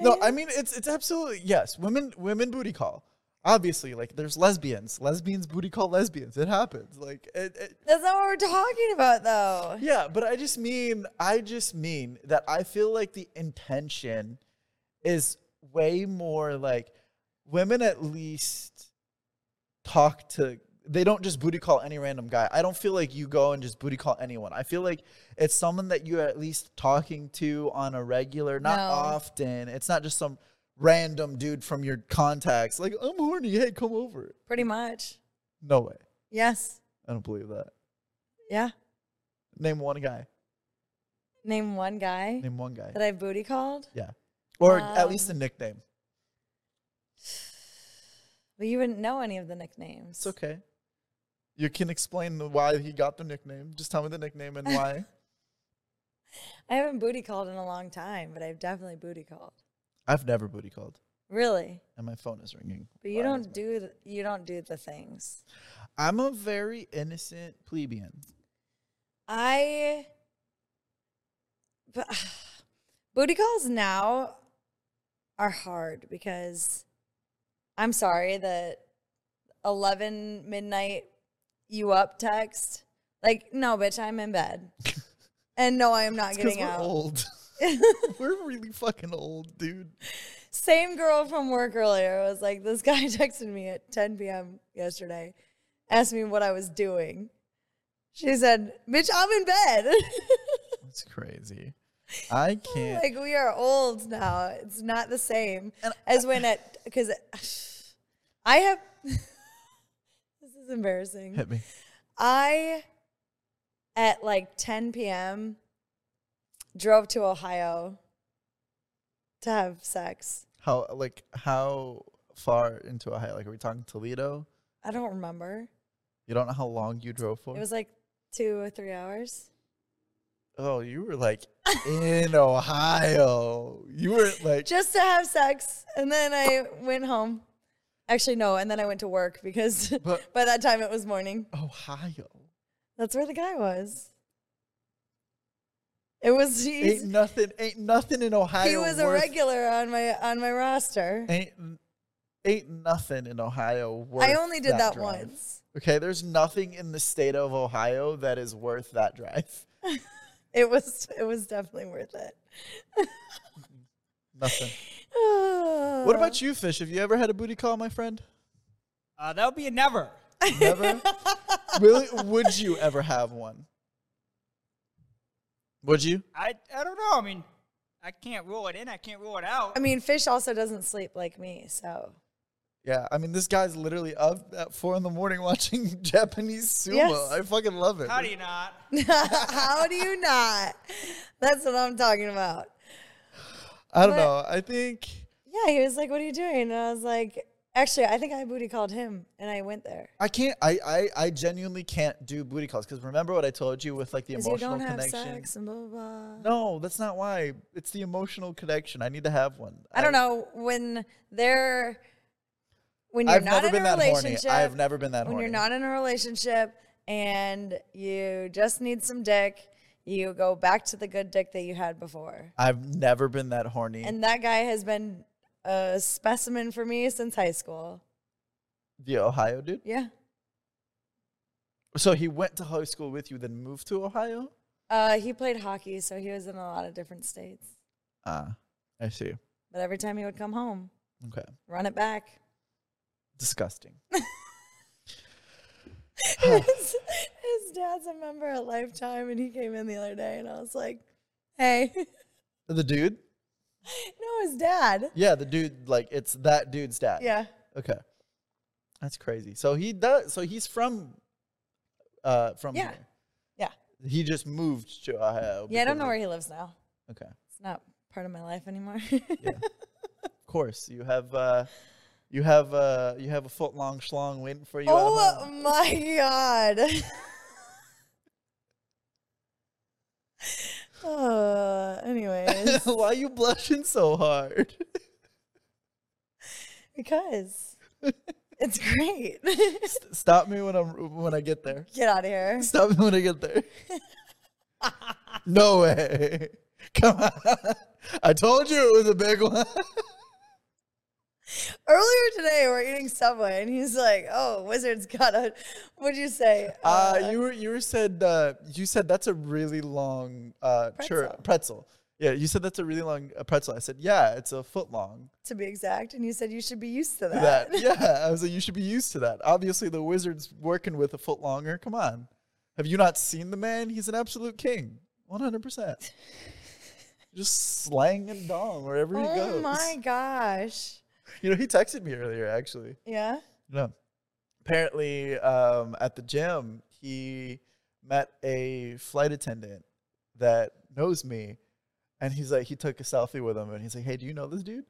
Speaker 1: no, I mean it's it's absolutely yes. Women women booty call. Obviously, like there's lesbians. Lesbians booty call lesbians. It happens. Like it, it,
Speaker 2: That's not what we're talking about though.
Speaker 1: yeah, but I just mean I just mean that I feel like the intention is way more like women at least talk to they don't just booty call any random guy. I don't feel like you go and just booty call anyone. I feel like it's someone that you're at least talking to on a regular, not
Speaker 2: No.
Speaker 1: often. It's not just some random dude from your contacts like, "I'm horny, hey, come over."
Speaker 2: Pretty much.
Speaker 1: No way.
Speaker 2: Yes.
Speaker 1: I don't believe that.
Speaker 2: Yeah.
Speaker 1: Name one guy.
Speaker 2: Name one guy
Speaker 1: Name one guy.
Speaker 2: that I've booty called.
Speaker 1: Yeah. Or at least
Speaker 2: Um,
Speaker 1: a nickname.
Speaker 2: Well, you wouldn't know any of the nicknames.
Speaker 1: It's okay. You can explain the, why he got the nickname. Just tell me the nickname and why.
Speaker 2: I haven't booty called in a long time, but I've definitely booty called.
Speaker 1: I've never booty called,
Speaker 2: Really?
Speaker 1: and my phone is ringing.
Speaker 2: But you
Speaker 1: Why is
Speaker 2: don't
Speaker 1: my-
Speaker 2: do th- you don't do the things.
Speaker 1: I'm a very innocent plebeian.
Speaker 2: I but, booty calls now are hard because I'm sorry that 11 midnight you up text like no bitch I'm in bed. and no I am not
Speaker 1: Because
Speaker 2: getting
Speaker 1: we're
Speaker 2: out.
Speaker 1: old. we're really fucking old, dude.
Speaker 2: same girl from work earlier was like, this guy texted me at 10 p.m. yesterday, asked me what I was doing. She said, bitch, I'm in bed.
Speaker 1: That's crazy. I
Speaker 2: Oh
Speaker 1: can't.
Speaker 2: like, we are old now. It's not the same
Speaker 1: And-
Speaker 2: as when at, because I have, this is embarrassing.
Speaker 1: Hit me.
Speaker 2: I, at like 10 p.m., drove to Ohio to have sex.
Speaker 1: How like how far into Ohio? Like, are we talking Toledo?
Speaker 2: I don't remember.
Speaker 1: You don't know how long you drove for?
Speaker 2: It was like two or three hours.
Speaker 1: oh, you were like in Ohio. You were like
Speaker 2: Just to have sex. And then I went home. Actually, no. And then I went to work because
Speaker 1: But-
Speaker 2: by that time it was morning.
Speaker 1: Ohio.
Speaker 2: That's where the guy was. It was
Speaker 1: Ain't
Speaker 2: he's,
Speaker 1: nothing. Ain't nothing in Ohio.
Speaker 2: he was a
Speaker 1: worth-
Speaker 2: regular on my on my roster.
Speaker 1: Ain't ain't nothing in Ohio worth.
Speaker 2: I only did that,
Speaker 1: drive.
Speaker 2: once.
Speaker 1: Okay, there's nothing in the state of Ohio that is worth that drive.
Speaker 2: It was it was definitely worth it.
Speaker 1: Nothing.
Speaker 2: Uh.
Speaker 1: What about you, Fish? Have you ever had a booty call, my friend?
Speaker 3: Uh, that would be a never.
Speaker 1: Never. really? Would you ever have one? Would you?
Speaker 3: I, I don't know. I mean, I can't rule it in. I can't rule it out.
Speaker 2: I mean, fish also doesn't sleep like me, so
Speaker 1: Yeah. I mean, this guy's literally up at four in the morning watching Japanese sumo.
Speaker 2: Yes.
Speaker 1: I fucking love it.
Speaker 3: How do you not?
Speaker 2: How do you not? That's what I'm talking about.
Speaker 1: I don't
Speaker 2: But-
Speaker 1: know. I think.
Speaker 2: Yeah, he was like, "What are you doing?" And I was like, "Actually, I think I booty called him, and I went there."
Speaker 1: I can't. I, I I genuinely can't do booty calls because remember what I told you with like the
Speaker 2: 'Cause you
Speaker 1: emotional
Speaker 2: don't have
Speaker 1: connection.
Speaker 2: sex and blah blah. blah.
Speaker 1: No, that's not why. It's the emotional connection. I need to have one.
Speaker 2: I don't know when they're when you're
Speaker 1: I've
Speaker 2: not
Speaker 1: never
Speaker 2: in
Speaker 1: been
Speaker 2: a
Speaker 1: that horny.
Speaker 2: relationship.
Speaker 1: I've never been that
Speaker 2: when
Speaker 1: horny.
Speaker 2: you're not in a relationship and you just need some dick, you go back to the good dick that you had before.
Speaker 1: I've never been that horny.
Speaker 2: And that guy has been a specimen for me since high school.
Speaker 1: the Ohio dude.
Speaker 2: Yeah.
Speaker 1: So he went to high school with you, then moved to Ohio.
Speaker 2: Uh, he played hockey, so he was in a lot of different states.
Speaker 1: Ah, I see.
Speaker 2: But every time he would come home,
Speaker 1: Okay,
Speaker 2: run it back.
Speaker 1: disgusting.
Speaker 2: his, his dad's a member at Lifetime, and he came in the other day, and I was like, "Hey,
Speaker 1: The dude?
Speaker 2: No, his dad.
Speaker 1: Yeah, the dude. Like it's that dude's dad.
Speaker 2: Yeah.
Speaker 1: Okay. That's crazy. So he does. So he's from. Uh, from
Speaker 2: Yeah.
Speaker 1: here.
Speaker 2: Yeah.
Speaker 1: He just moved to Ohio.
Speaker 2: Yeah, I don't
Speaker 1: because
Speaker 2: know
Speaker 1: of-
Speaker 2: where he lives now.
Speaker 1: Okay.
Speaker 2: It's not part of my life anymore.
Speaker 1: Of course, you have. Uh, you have uh, you have a foot long schlong waiting for you. at
Speaker 2: oh
Speaker 1: home.
Speaker 2: my god. uh, anyways,
Speaker 1: Why are you blushing so hard?
Speaker 2: because it's great.
Speaker 1: Stop me when I'm when I get there.
Speaker 2: Get out of here.
Speaker 1: Stop me when I get there. no way. Come on. I told you it was a big one.
Speaker 2: Earlier today, we're eating Subway, and he's like, "Oh, Wizards got a, what'd you say?
Speaker 1: Uh, you were you were said uh, you said that's a really long uh, chur-
Speaker 2: Pretzel.
Speaker 1: pretzel. Yeah, you said that's a really long uh, pretzel. I said, yeah, it's a foot long.
Speaker 2: to be exact." And you said you should be used to that.
Speaker 1: That yeah, I was like, you should be used to that. Obviously, the wizard's working with a foot longer. Come on, have you not seen the man? He's an absolute king, one hundred percent. Just slang and dong wherever he
Speaker 2: oh
Speaker 1: goes.
Speaker 2: my gosh.
Speaker 1: You know, he texted me earlier actually.
Speaker 2: Yeah.
Speaker 1: No. Apparently, um, at the gym, he met a flight attendant that knows me, and he's like, he took a selfie with him, and he's like, "Hey, do you know this dude?" And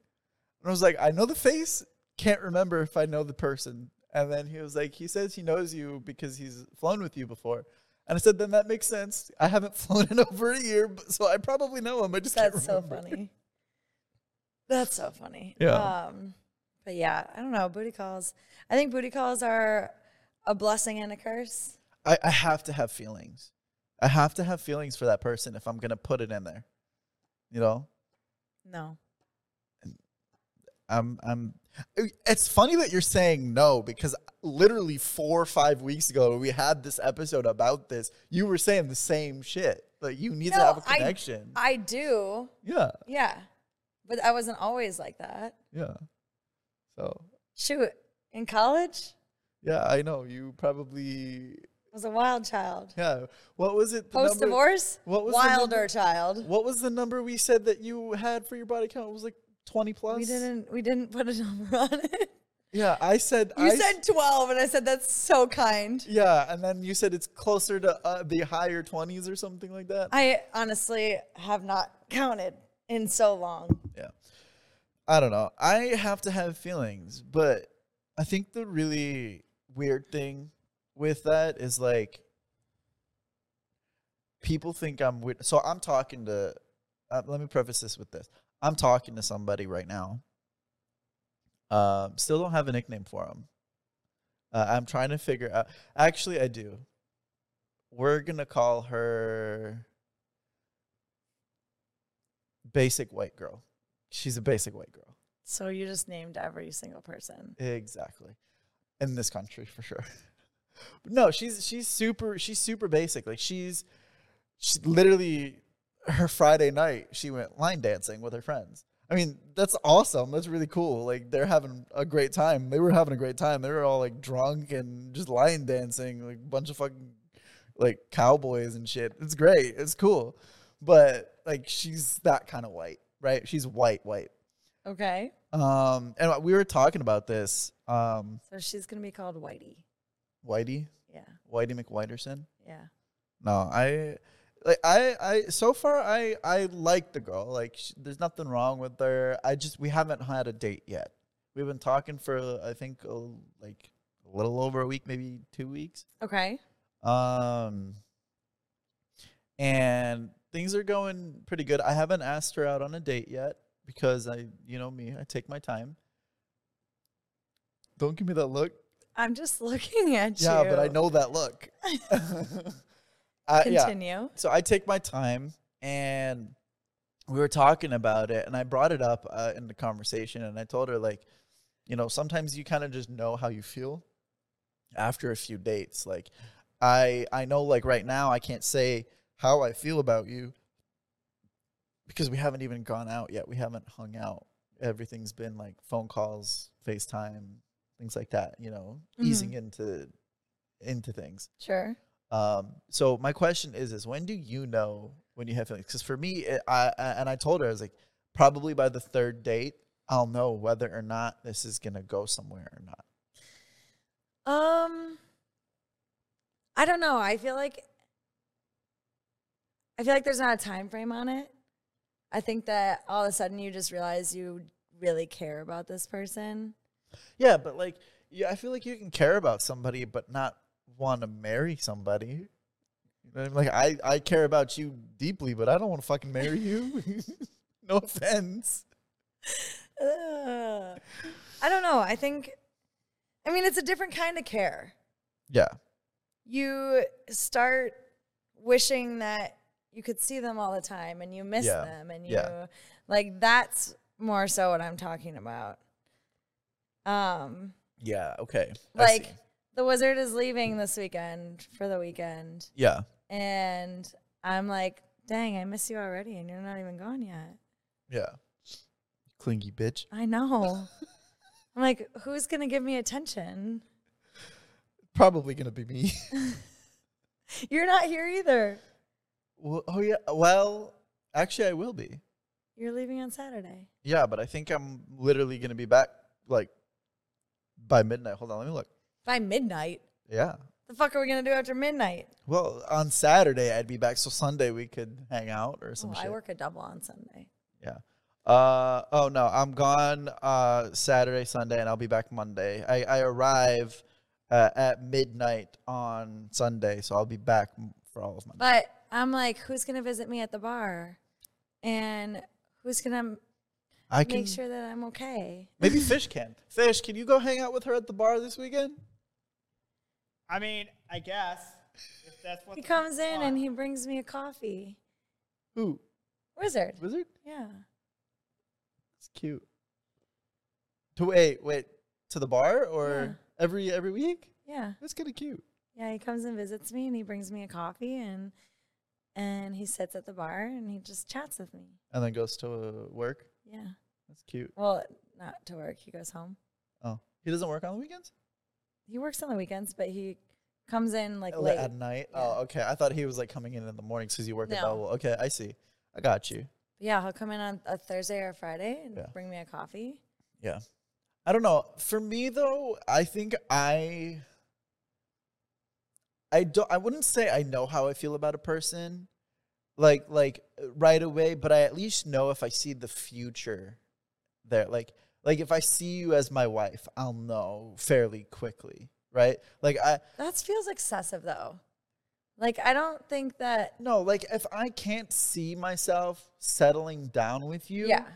Speaker 1: I was like, "I know the face, can't remember if I know the person." And then he was like, "He says he knows you because he's flown with you before." And I said, "Then that makes sense. I haven't flown in over a year, but, so I probably know him. I just
Speaker 2: That's
Speaker 1: can't
Speaker 2: so
Speaker 1: remember."
Speaker 2: funny. That's so funny.
Speaker 1: Yeah.
Speaker 2: Um, but yeah, I don't know. Booty calls. I think booty calls are a blessing and a curse.
Speaker 1: I, I have to have feelings. I have to have feelings for that person if I'm gonna put it in there. You know,
Speaker 2: No.
Speaker 1: I'm I'm. It's funny that you're saying no because literally four or five weeks ago we had this episode about this. You were saying the same shit. Like you need to
Speaker 2: No,
Speaker 1: have a
Speaker 2: I-
Speaker 1: connection.
Speaker 2: I do.
Speaker 1: yeah,
Speaker 2: Yeah. But I wasn't always like that.
Speaker 1: yeah. So
Speaker 2: Shoot. In college,
Speaker 1: yeah, I know you probably
Speaker 2: I was a wild child.
Speaker 1: yeah. What was it? the number-
Speaker 2: Post divorce,
Speaker 1: what was the
Speaker 2: wilder
Speaker 1: number-
Speaker 2: child.
Speaker 1: What was the number we said that you had for your body count? It was like twenty plus.
Speaker 2: We didn't we didn't put a number on it.
Speaker 1: Yeah, I said.
Speaker 2: You
Speaker 1: I s-
Speaker 2: said twelve, and I said that's so kind.
Speaker 1: Yeah, and then you said it's closer to uh, the higher 20s or something like that.
Speaker 2: I honestly have not counted in so long.
Speaker 1: yeah. I don't know. I have to have feelings, but I think the really weird thing with that is like people think I'm weird. So I'm talking to, uh, let me preface this with this I'm talking to somebody right now. Um, still don't have a nickname for him. Uh, I'm trying to figure out. Actually, I do. We're gonna call her Basic White Girl. She's a basic white girl.
Speaker 2: So you just named every single person.
Speaker 1: Exactly. In this country for sure. But no, she's she's super she's super basic. Like she's she literally her Friday night she went line dancing with her friends. I mean, that's awesome. That's really cool. Like they're having a great time. They were having a great time. They were all like drunk and just line dancing, like a bunch of fucking like cowboys and shit. It's great. It's cool. But like she's that kind of white, right? She's white, white.
Speaker 2: Okay.
Speaker 1: Um, and we were talking about this. Um,
Speaker 2: So she's gonna be called Whitey.
Speaker 1: Whitey,
Speaker 2: Yeah.
Speaker 1: Whitey McWhiterson.
Speaker 2: Yeah.
Speaker 1: No, I, like, I, I. So far, I, I like the girl. Like, sh- there's nothing wrong with her. I just we haven't had a date yet. We've been talking for I think a, like a little over a week, maybe two weeks.
Speaker 2: Okay.
Speaker 1: Um, and things are going pretty good. I haven't asked her out on a date yet because I, you know me, I take my time. Don't give me that look.
Speaker 2: I'm just looking at
Speaker 1: Yeah,
Speaker 2: you.
Speaker 1: but I know that look. I, yeah.
Speaker 2: Continue.
Speaker 1: So I take my time and we were talking about it and I brought it up uh, in the conversation and I told her like, you know, sometimes you kind of just know how you feel after a few dates. Like I I know like right now I can't say how I feel about you because we haven't even gone out yet. We haven't hung out. Everything's been like phone calls, FaceTime, things like that, you know, easing into into things.
Speaker 2: Sure.
Speaker 1: Um, so my question is: Is when do you know when you have feelings? Because for me, it, I, I and I told her I was like, probably by the third date, I'll know whether or not this is gonna go somewhere or not.
Speaker 2: Um, I don't know. I feel like I feel like there's not a time frame on it. I think that all of a sudden you just realize you really care about this person.
Speaker 1: Yeah, but like, yeah, I feel like you can care about somebody but not want to marry somebody. You know what I mean? Like, I I care about you deeply, but I don't want to fucking marry you. no offense.
Speaker 2: Ugh. I don't know. I think I mean it's a different kind of care.
Speaker 1: Yeah.
Speaker 2: You start wishing that you could see them all the time and you miss
Speaker 1: Yeah.
Speaker 2: them and you
Speaker 1: Yeah.
Speaker 2: like that's more so what I'm talking about. Um
Speaker 1: Yeah. Okay. I see.
Speaker 2: like the wizard is leaving this weekend for the weekend
Speaker 1: Yeah.
Speaker 2: and i'm like dang i miss you already and you're not even gone yet
Speaker 1: Yeah. Clingy bitch.
Speaker 2: i know i'm like who's gonna give me attention
Speaker 1: Probably gonna be me.
Speaker 2: you're not here either
Speaker 1: well, oh yeah. Well, actually, I will be.
Speaker 2: you're leaving on saturday
Speaker 1: Yeah, but I think I'm literally gonna be back like by midnight. Hold on, let me look.
Speaker 2: by midnight
Speaker 1: Yeah.
Speaker 2: the fuck are we gonna do after midnight
Speaker 1: Well, on Saturday I'd be back, so Sunday we could hang out or some
Speaker 2: oh,
Speaker 1: shit.
Speaker 2: i work a double on sunday
Speaker 1: Yeah. Uh oh no, I'm gone uh Saturday, Sunday, and I'll be back Monday. I I arrive uh, at midnight on Sunday, so I'll be back m- for all of Monday.
Speaker 2: but i'm like who's gonna visit me at the bar and who's gonna m-
Speaker 1: I can
Speaker 2: make sure that i'm okay
Speaker 1: Maybe Fish can. Fish, can you go hang out with her at the bar this weekend?
Speaker 3: I mean, I guess if that's what
Speaker 2: he
Speaker 3: the
Speaker 2: comes in
Speaker 3: fuck-
Speaker 2: and he brings me a coffee
Speaker 1: Who?
Speaker 2: wizard
Speaker 1: Wizard?
Speaker 2: Yeah.
Speaker 1: It's cute. To wait, wait, to the bar or every every week?
Speaker 2: Yeah.
Speaker 1: That's kind of cute.
Speaker 2: Yeah. He comes and visits me and he brings me a coffee and and he sits at the bar and he just chats with me.
Speaker 1: And then goes to uh, work.
Speaker 2: Yeah.
Speaker 1: That's cute.
Speaker 2: Well, not to work. He goes home.
Speaker 1: Oh, he doesn't work on the weekends.
Speaker 2: He works on the weekends, but he comes in like
Speaker 1: Oh,
Speaker 2: late.
Speaker 1: At night.
Speaker 2: Yeah.
Speaker 1: Oh, okay. I thought he was like coming in in the morning because you work at
Speaker 2: No.
Speaker 1: Belleville. Okay, I see. I got you.
Speaker 2: Yeah, he'll come in on a Thursday or Friday and
Speaker 1: Yeah.
Speaker 2: bring me a coffee.
Speaker 1: Yeah. I don't know. For me though, I think I I don't I wouldn't say I know how I feel about a person like like right away, but I at least know if I see the future there. Like like if I see you as my wife, I'll know fairly quickly, right? Like I
Speaker 2: That feels excessive though. Like I don't think that
Speaker 1: no, like if I can't see myself settling down with you,
Speaker 2: Yeah.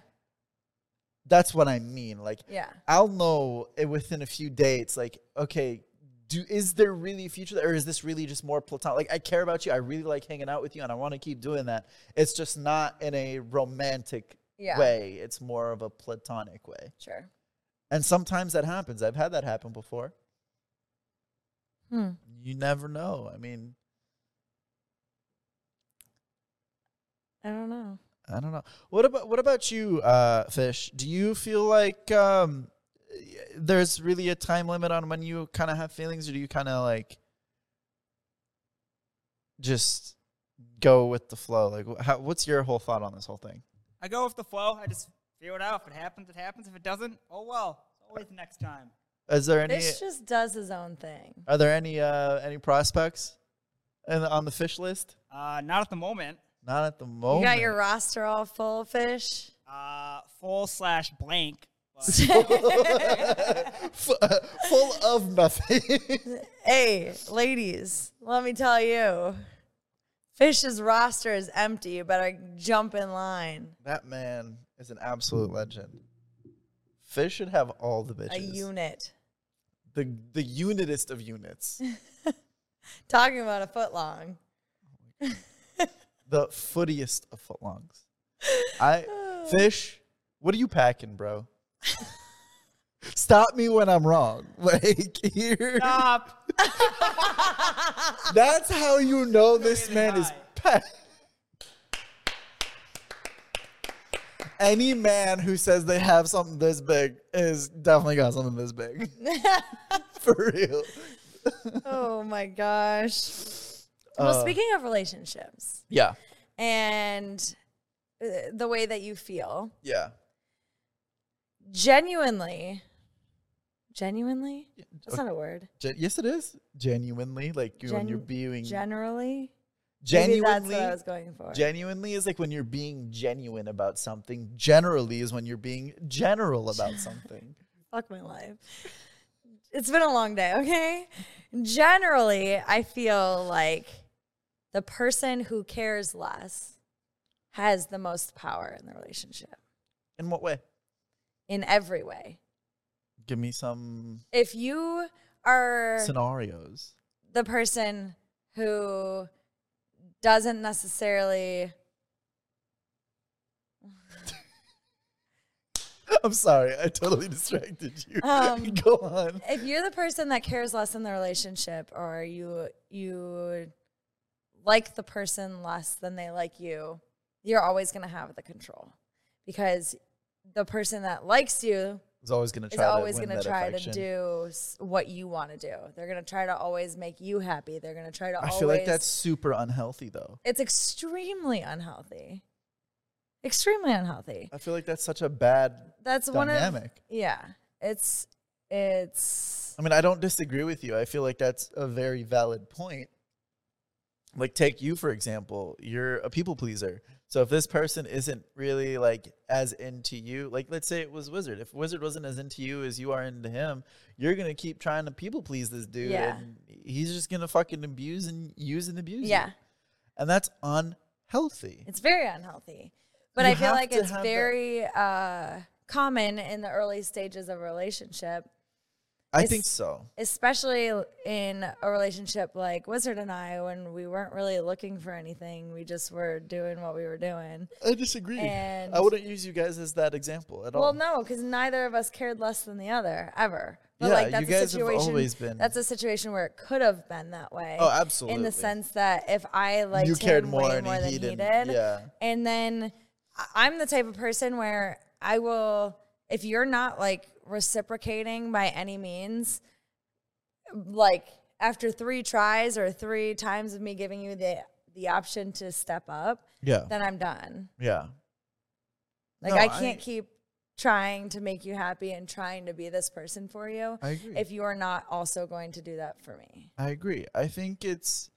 Speaker 1: that's what I mean. Like
Speaker 2: Yeah.
Speaker 1: I'll know it within a few dates. Like, okay, do is there really a future, there, or is this really just more platonic? Like, I care about you. I really like hanging out with you, and I want to keep doing that. It's just not in a romantic
Speaker 2: Yeah.
Speaker 1: way. It's more of a platonic way.
Speaker 2: Sure.
Speaker 1: And sometimes that happens. I've had that happen before.
Speaker 2: Hmm.
Speaker 1: You never know. I mean,
Speaker 2: I don't know.
Speaker 1: I don't know. What about what about you, uh, Fish? Do you feel like um, y- there's really a time limit on when you kind of have feelings, or do you kind of like just go with the flow? Like, wh- how, what's your whole thought on this whole thing?
Speaker 3: I go with the flow. I just feel it out. If it happens, it happens. If it doesn't, oh well. It's always next time.
Speaker 1: Is there any
Speaker 2: This just does his own thing.
Speaker 1: are there any uh, any prospects in, on the fish list?
Speaker 3: Uh, not at the moment.
Speaker 1: Not at the
Speaker 2: You
Speaker 1: moment.
Speaker 2: got your roster all full fish.
Speaker 3: Uh, full slash blank. But
Speaker 1: F- uh, full of nothing.
Speaker 2: Hey, ladies, let me tell you. Fish's roster is empty. You better jump in line.
Speaker 1: That man is an absolute legend. Fish should have all the bitches.
Speaker 2: A unit.
Speaker 1: the the unitest of units.
Speaker 2: Talking about a foot long.
Speaker 1: the footiest of footlongs. I fish, what are you packing, bro? Stop me when I'm wrong. Like here.
Speaker 3: stop.
Speaker 1: That's how you know this
Speaker 3: Really
Speaker 1: man is
Speaker 3: high.
Speaker 1: pack. Any man who says they have something this big is definitely got something this big. For real.
Speaker 2: Oh my gosh.
Speaker 1: Uh.
Speaker 2: well, speaking of relationships
Speaker 1: Yeah.
Speaker 2: and uh, the way that you feel,
Speaker 1: Yeah.
Speaker 2: genuinely, genuinely, that's not a word.
Speaker 1: Gen- yes, it is. Genuinely, like you, when you're
Speaker 2: Gen-
Speaker 1: being
Speaker 2: Generally, maybe that's
Speaker 1: genuinely.
Speaker 2: what I was going for.
Speaker 1: Genuinely is like when you're being genuine about something. Generally is when you're being general about something.
Speaker 2: Fuck my life. It's been a long day, okay? Generally, I feel like the person who cares less has the most power in the relationship
Speaker 1: In what way?
Speaker 2: in every way.
Speaker 1: Give me some
Speaker 2: If you are
Speaker 1: scenarios.
Speaker 2: the person who doesn't necessarily
Speaker 1: I'm sorry, I totally distracted you.
Speaker 2: Um,
Speaker 1: Go on.
Speaker 2: if you're the person that cares less in the relationship or you you like the person less than they like you you're always going to have the control because the person that likes you
Speaker 1: Is always gonna
Speaker 2: is
Speaker 1: try.
Speaker 2: always
Speaker 1: to
Speaker 2: going
Speaker 1: win
Speaker 2: to
Speaker 1: that
Speaker 2: try
Speaker 1: affection.
Speaker 2: to do s- what you want to do they're going to try to always make you happy they're going to try to
Speaker 1: I
Speaker 2: always
Speaker 1: feel like that's super unhealthy, though.
Speaker 2: it's extremely unhealthy extremely unhealthy
Speaker 1: I feel like that's such a bad
Speaker 2: that's one of
Speaker 1: dynamic.
Speaker 2: yeah it's it's
Speaker 1: I mean, I don't disagree with you. I feel like that's a very valid point. Like, take you, for example, you're a people pleaser. So, if this person isn't really like as into you, like, let's say it was Wizard, if Wizard wasn't as into you as you are into him, you're going to keep trying to people please this dude.
Speaker 2: Yeah.
Speaker 1: And he's just going to fucking abuse and use and abuse. you.
Speaker 2: yeah
Speaker 1: And that's unhealthy.
Speaker 2: It's very unhealthy. But
Speaker 1: You
Speaker 2: I feel
Speaker 1: have
Speaker 2: like
Speaker 1: to
Speaker 2: it's
Speaker 1: have that-
Speaker 2: very uh, common in the early stages of a relationship,
Speaker 1: I
Speaker 2: it's-
Speaker 1: think so.
Speaker 2: especially in a relationship like Wizard and I, when we weren't really looking for anything. We just were doing what we were doing.
Speaker 1: I disagree.
Speaker 2: And-
Speaker 1: I wouldn't use you guys as that example at all.
Speaker 2: Well, no, because neither of us cared less than the other ever. But
Speaker 1: Yeah,
Speaker 2: like that's
Speaker 1: you guys have
Speaker 2: a situation.
Speaker 1: always been-
Speaker 2: That's a situation where it could have been that way.
Speaker 1: Oh,
Speaker 2: In
Speaker 1: absolutely.
Speaker 2: the sense that if I liked
Speaker 1: you
Speaker 2: him
Speaker 1: cared more,
Speaker 2: way
Speaker 1: and
Speaker 2: more than
Speaker 1: he didn't.
Speaker 2: did,
Speaker 1: Yeah.
Speaker 2: And then I- I'm the type of person where I will, if you're not like reciprocating by any means, like after three tries or three times of me giving you the the option to step up,
Speaker 1: Yeah.
Speaker 2: then I'm done.
Speaker 1: yeah.
Speaker 2: Like
Speaker 1: No,
Speaker 2: I can't
Speaker 1: I-
Speaker 2: keep trying to make you happy and trying to be this person for you
Speaker 1: I agree.
Speaker 2: if you are not also going to do that for me.
Speaker 1: I agree. I think it's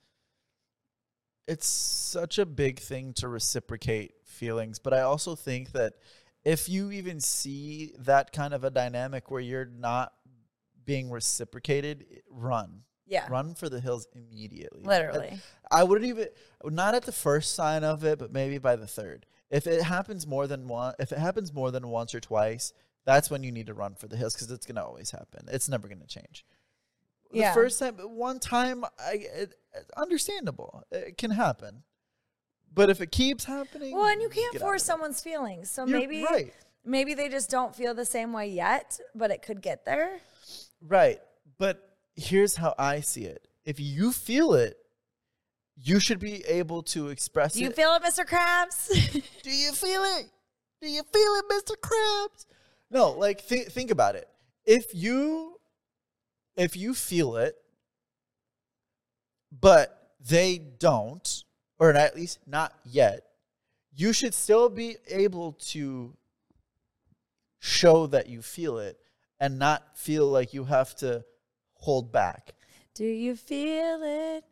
Speaker 1: it's such a big thing to reciprocate feelings, but I also think that if you even see that kind of a dynamic where you're not being reciprocated, i- run.
Speaker 2: Yeah.
Speaker 1: Run for the hills immediately.
Speaker 2: Literally.
Speaker 1: I wouldn't even not at the first sign of it, but maybe by the third. If it happens more than one, if it happens more than once or twice, that's when you need to run for the hills because it's gonna always happen. It's never gonna change. The
Speaker 2: Yeah.
Speaker 1: first time, one time, I it, it's understandable. It can happen, but if it keeps happening,
Speaker 2: Well, and you can't
Speaker 1: get out
Speaker 2: force
Speaker 1: of it.
Speaker 2: someone's feelings. So
Speaker 1: You're
Speaker 2: maybe
Speaker 1: right,
Speaker 2: maybe they just don't feel the same way yet, but it could get there.
Speaker 1: right. But here's how I see it: if you feel it, you should be able to express
Speaker 2: Do you
Speaker 1: it
Speaker 2: feel it, Mr. Krabs?
Speaker 1: Do you feel it? Do you feel it, Mr. Krabs? No, like thi- think about it. If you if you feel it, but they don't, or at least not yet, you should still be able to show that you feel it and not feel like you have to hold back.
Speaker 2: Do you feel it?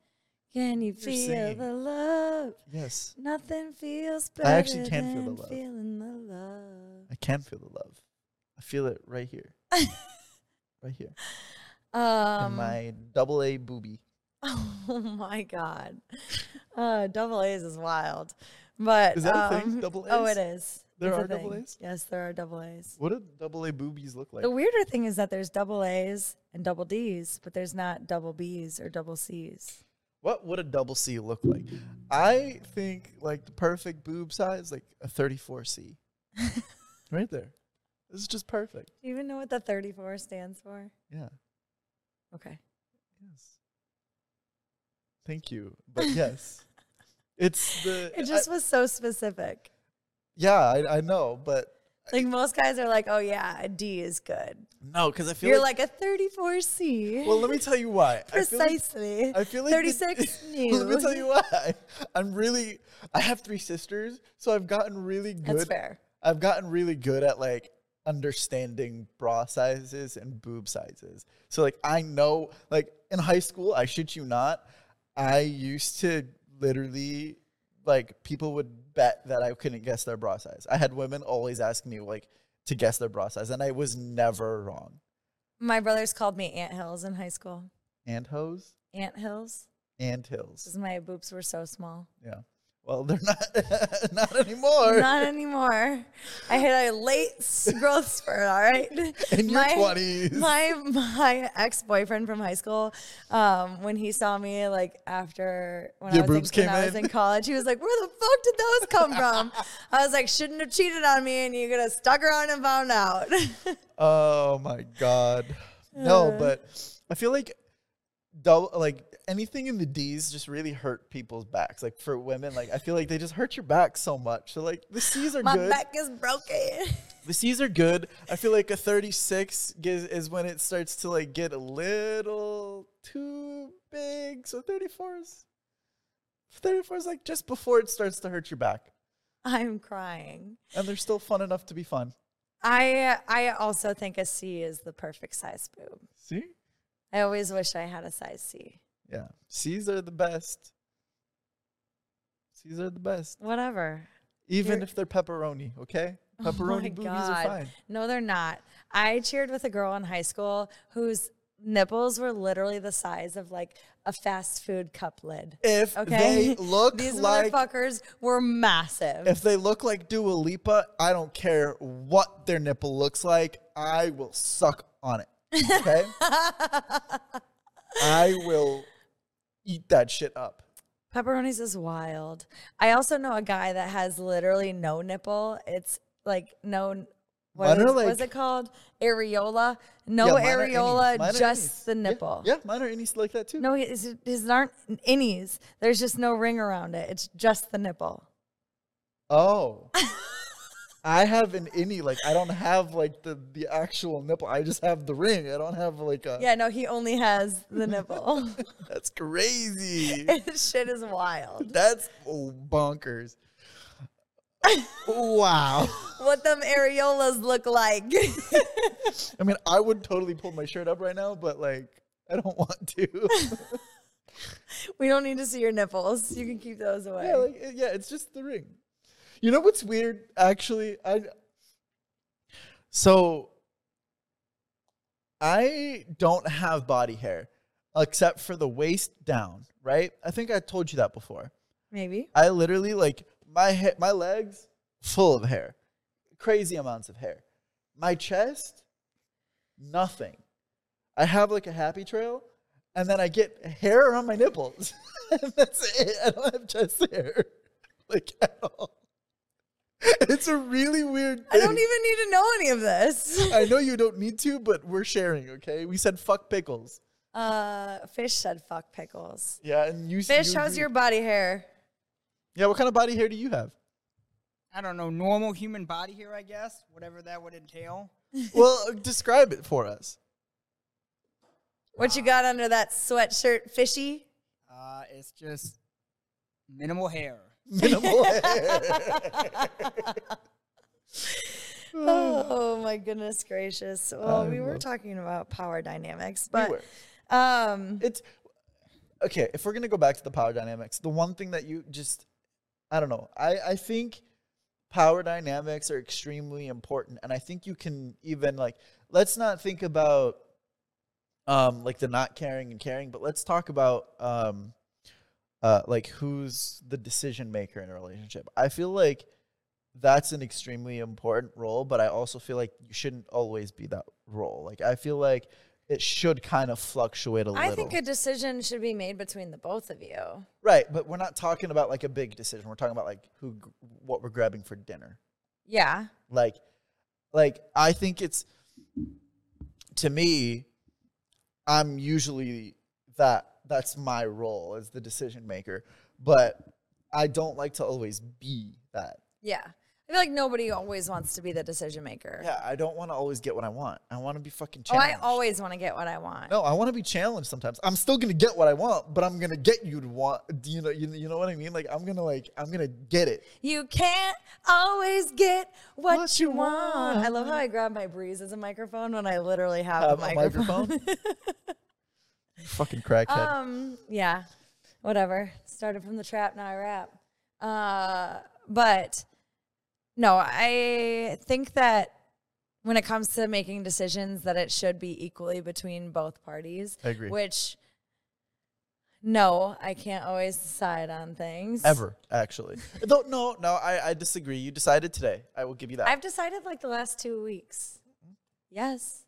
Speaker 2: Can you feel
Speaker 1: singing.
Speaker 2: the love?
Speaker 1: Yes,
Speaker 2: Nothing feels better
Speaker 1: I actually
Speaker 2: than
Speaker 1: can feel the love.
Speaker 2: feeling the love.
Speaker 1: I can feel the love. I feel it right here. right here.
Speaker 2: Um,
Speaker 1: in my double A booby.
Speaker 2: Oh my god. Uh, double A's is wild. But
Speaker 1: Is that a thing?
Speaker 2: um,
Speaker 1: Double
Speaker 2: Oh,
Speaker 1: A's?
Speaker 2: it is.
Speaker 1: There
Speaker 2: It's a
Speaker 1: are double
Speaker 2: thing.
Speaker 1: A's?
Speaker 2: Yes, there are double A's.
Speaker 1: What do double A boobies look like?
Speaker 2: The weirder thing is that there's double A's and double D's, but there's not double B's or double C's.
Speaker 1: What would a double C look like? I think like the perfect boob size, like a 34C. right there. This is just perfect.
Speaker 2: Do you even know what the 34 stands for?
Speaker 1: Yeah.
Speaker 2: Okay.
Speaker 1: Yes. Thank you. But yes. It's the
Speaker 2: It
Speaker 1: I-
Speaker 2: just was so specific.
Speaker 1: yeah, I, I know, but
Speaker 2: Like most guys are like, oh yeah, a D is good.
Speaker 1: No, because I feel
Speaker 2: You're
Speaker 1: like,
Speaker 2: like, a 34C.
Speaker 1: Well, let me tell you why. I feel like-
Speaker 2: Precisely.
Speaker 1: I feel like the-
Speaker 2: 36 new.
Speaker 1: Let me tell you why. I'm really. I have three sisters, so I've gotten really good.
Speaker 2: That's fair.
Speaker 1: I've gotten really good at like understanding bra sizes and boob sizes. So like I know like in high school, I shit you not, I used to literally like people would bet that I couldn't guess their bra size. I had women always ask me like to guess their bra size and I was never wrong.
Speaker 2: My brothers called me Ant Hills in high school.
Speaker 1: And hose
Speaker 2: Ant Hills?
Speaker 1: and hills.
Speaker 2: Because my boobs were so small.
Speaker 1: Yeah. Well, they're not not anymore.
Speaker 2: Not anymore. I hit a late s- growth spurt. All right.
Speaker 1: In your 20s.
Speaker 2: My my ex boyfriend from high school, um, when he saw me like after when,
Speaker 1: Your
Speaker 2: I was,
Speaker 1: boobs
Speaker 2: in,
Speaker 1: came
Speaker 2: when I was
Speaker 1: in?
Speaker 2: in college, he was like, "Where the fuck did those come from?" I was like, "Shouldn't have cheated on me, and you could have stuck around and found out."
Speaker 1: Oh my god. No, but I feel like double like anything in the D's just really hurt people's backs. Like for women, like I feel like they just hurt your back so much. So like the C's are
Speaker 2: my
Speaker 1: good.
Speaker 2: back is broken.
Speaker 1: The C's are good. I feel like a 36 gives, is when it starts to like get a little too big. So 34 is 34 is like just before it starts to hurt your back.
Speaker 2: I'm crying.
Speaker 1: And they're still fun enough to be fun.
Speaker 2: I I also think a C is the perfect size boob.
Speaker 1: See?
Speaker 2: I always wish I had a size C.
Speaker 1: Yeah. C's are the best. C's are the best.
Speaker 2: Whatever.
Speaker 1: Even
Speaker 2: You're-
Speaker 1: if they're pepperoni, okay?
Speaker 2: Oh
Speaker 1: Pepperoni
Speaker 2: my
Speaker 1: boobies are fine.
Speaker 2: No, they're not. I cheered with a girl in high school whose nipples were literally the size of like a fast food cup lid.
Speaker 1: If
Speaker 2: Okay.
Speaker 1: they look
Speaker 2: These
Speaker 1: like
Speaker 2: motherfuckers were massive.
Speaker 1: if they look like Dua Lipa, I don't care what their nipple looks like. I will suck on it. Okay? I will eat that shit up.
Speaker 2: Pepperonis is wild. I also know a guy that has literally no nipple. It's like no. What
Speaker 1: Mine
Speaker 2: is,
Speaker 1: are
Speaker 2: what's
Speaker 1: like-
Speaker 2: it called? Areola. No
Speaker 1: Yeah, mine are innies. Mine
Speaker 2: areola,
Speaker 1: are
Speaker 2: just
Speaker 1: innies.
Speaker 2: the
Speaker 1: Yeah,
Speaker 2: nipple.
Speaker 1: Yeah, mine are innies like that too.
Speaker 2: No, his, his aren't innies. There's just no ring around it. It's just the nipple.
Speaker 1: Oh. I have an innie. Like I don't have like the the actual nipple. I just have the ring. I don't have like a.
Speaker 2: Yeah, no, he only has the nipple.
Speaker 1: That's crazy.
Speaker 2: His shit is wild.
Speaker 1: That's oh, bonkers. wow.
Speaker 2: What them areolas look like.
Speaker 1: I mean, I would totally pull my shirt up right now, but like I don't want to.
Speaker 2: we don't need to see your nipples. You can keep those away.
Speaker 1: yeah, like, it- yeah, it's just the ring. You know what's weird? Actually, I so I don't have body hair except for the waist down, right? I think I told you that before.
Speaker 2: Maybe.
Speaker 1: I literally like my ha- my legs full of hair, crazy amounts of hair. My chest, nothing. I have like a happy trail, and then I get hair around my nipples. and that's it. I don't have chest hair, like at all. It's a really weird.
Speaker 2: I
Speaker 1: Thing.
Speaker 2: don't e-, even need to know any of this.
Speaker 1: I know you don't need to, but we're sharing. Okay, we said fuck pickles.
Speaker 2: Uh, fish said fuck pickles.
Speaker 1: Yeah, and you.
Speaker 2: Fish,
Speaker 1: you
Speaker 2: how's
Speaker 1: agree.
Speaker 2: your body hair?
Speaker 1: Yeah, what kind of body hair do you have?
Speaker 3: I don't know, normal human body here, I guess, whatever that would entail.
Speaker 1: well, describe it for us.
Speaker 2: What you got under that sweatshirt, fishy?
Speaker 3: Uh, it's just minimal hair.
Speaker 1: minimal hair.
Speaker 2: Oh my goodness gracious. Well,
Speaker 1: I
Speaker 2: we were
Speaker 1: love-
Speaker 2: talking about power dynamics, but
Speaker 1: were.
Speaker 2: um
Speaker 1: It's okay. If we're gonna go back to the power dynamics, the one thing that you just, I don't know. I I think power dynamics are extremely important, and I think you can even like let's not think about um like the not caring and caring, but let's talk about um uh like who's the decision maker in a relationship. I feel like that's an extremely important role, but I also feel like you shouldn't always be that role. Like I feel like it should kind of fluctuate a
Speaker 2: I
Speaker 1: little.
Speaker 2: think a decision should be made between the both of you.
Speaker 1: right, but we're not talking about like a big decision. We're talking about like who g- what we're grabbing for dinner.
Speaker 2: Yeah.
Speaker 1: Like like I think it's to me I'm usually that that's my role as the decision maker, but I don't like to always be that.
Speaker 2: Yeah. I feel like nobody always wants to be the decision maker.
Speaker 1: Yeah, I don't want to always get what I want. I want to be fucking
Speaker 2: oh, I
Speaker 1: challenged.
Speaker 2: always want to get what I want.
Speaker 1: No, I want to be challenged sometimes. I'm still gonna get what I want, but I'm gonna get you to want. do You know, you, you know what I mean? Like I'm gonna like I'm gonna get it.
Speaker 2: You can't always get what,
Speaker 1: What
Speaker 2: you
Speaker 1: you
Speaker 2: want. I
Speaker 1: want.
Speaker 2: love how I grab my breeze as a microphone when I literally have,
Speaker 1: Have
Speaker 2: a
Speaker 1: a
Speaker 2: microphone.
Speaker 1: Fucking crackhead.
Speaker 2: um, yeah, whatever. Started from the trap, now I rap. Uh, but no, I think that when it comes to making decisions, that it should be equally between both parties.
Speaker 1: I agree.
Speaker 2: Which, no, I can't always decide on things
Speaker 1: Ever actually? Though no, no, I, I disagree. You decided today. I will give you that.
Speaker 2: I've decided like the last two weeks. Yes.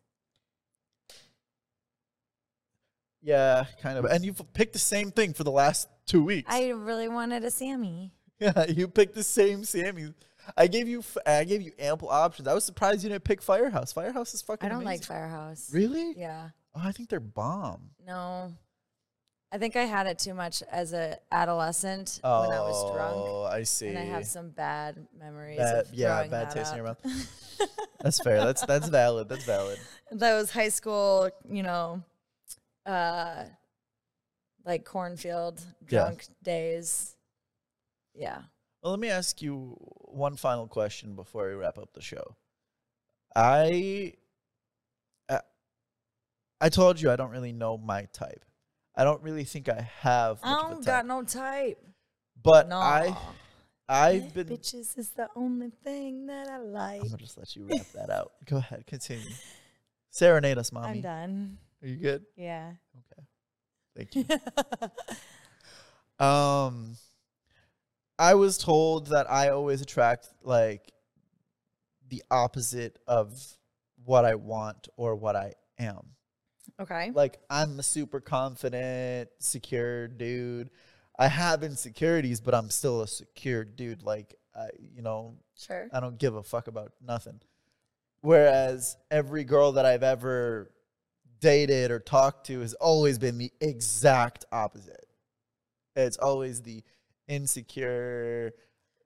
Speaker 1: yeah, kind of. And you've picked the same thing for the last two weeks.
Speaker 2: I really wanted a Sammy.
Speaker 1: yeah, you picked the same Sammy. I gave you f- I gave you ample options. I was surprised you didn't pick Firehouse. Firehouse is fucking.
Speaker 2: I don't like
Speaker 1: amazing.
Speaker 2: Firehouse.
Speaker 1: Really?
Speaker 2: Yeah.
Speaker 1: Oh, I think they're bomb.
Speaker 2: No. I think I had it too much as a adolescent when I was drunk.
Speaker 1: Oh, I see.
Speaker 2: And I have some bad memories.
Speaker 1: Bad-
Speaker 2: of
Speaker 1: yeah,
Speaker 2: throwing
Speaker 1: bad
Speaker 2: that
Speaker 1: taste in your
Speaker 2: up.
Speaker 1: That's fair. That's that's valid. That's valid.
Speaker 2: Those high school, you know, uh, like cornfield
Speaker 1: Yeah.
Speaker 2: drunk days. Yeah.
Speaker 1: Well, let me ask you one final question before we wrap up the show. I, I, I told you I don't really know my type. I don't really think I have. Much
Speaker 2: I
Speaker 1: of a
Speaker 2: don't
Speaker 1: type.
Speaker 2: got no type.
Speaker 1: But
Speaker 2: No.
Speaker 1: I, I've
Speaker 2: Yeah,
Speaker 1: been.
Speaker 2: Bitches is the only thing that I like.
Speaker 1: I'm gonna just let you wrap that out. Go ahead, continue. Serenade us,
Speaker 2: I'm,
Speaker 1: mommy.
Speaker 2: done.
Speaker 1: Are you good?
Speaker 2: Yeah.
Speaker 1: Okay. Thank you. Um, I was told that I always attract like the opposite of what I want or what I am.
Speaker 2: okay.
Speaker 1: Like I'm a super confident, secure dude. I have insecurities, but I'm still a secure dude. Like I, you know,
Speaker 2: Sure.
Speaker 1: I don't give a fuck about nothing. Whereas every girl that I've ever dated or talked to has always been the exact opposite. It's always the insecure,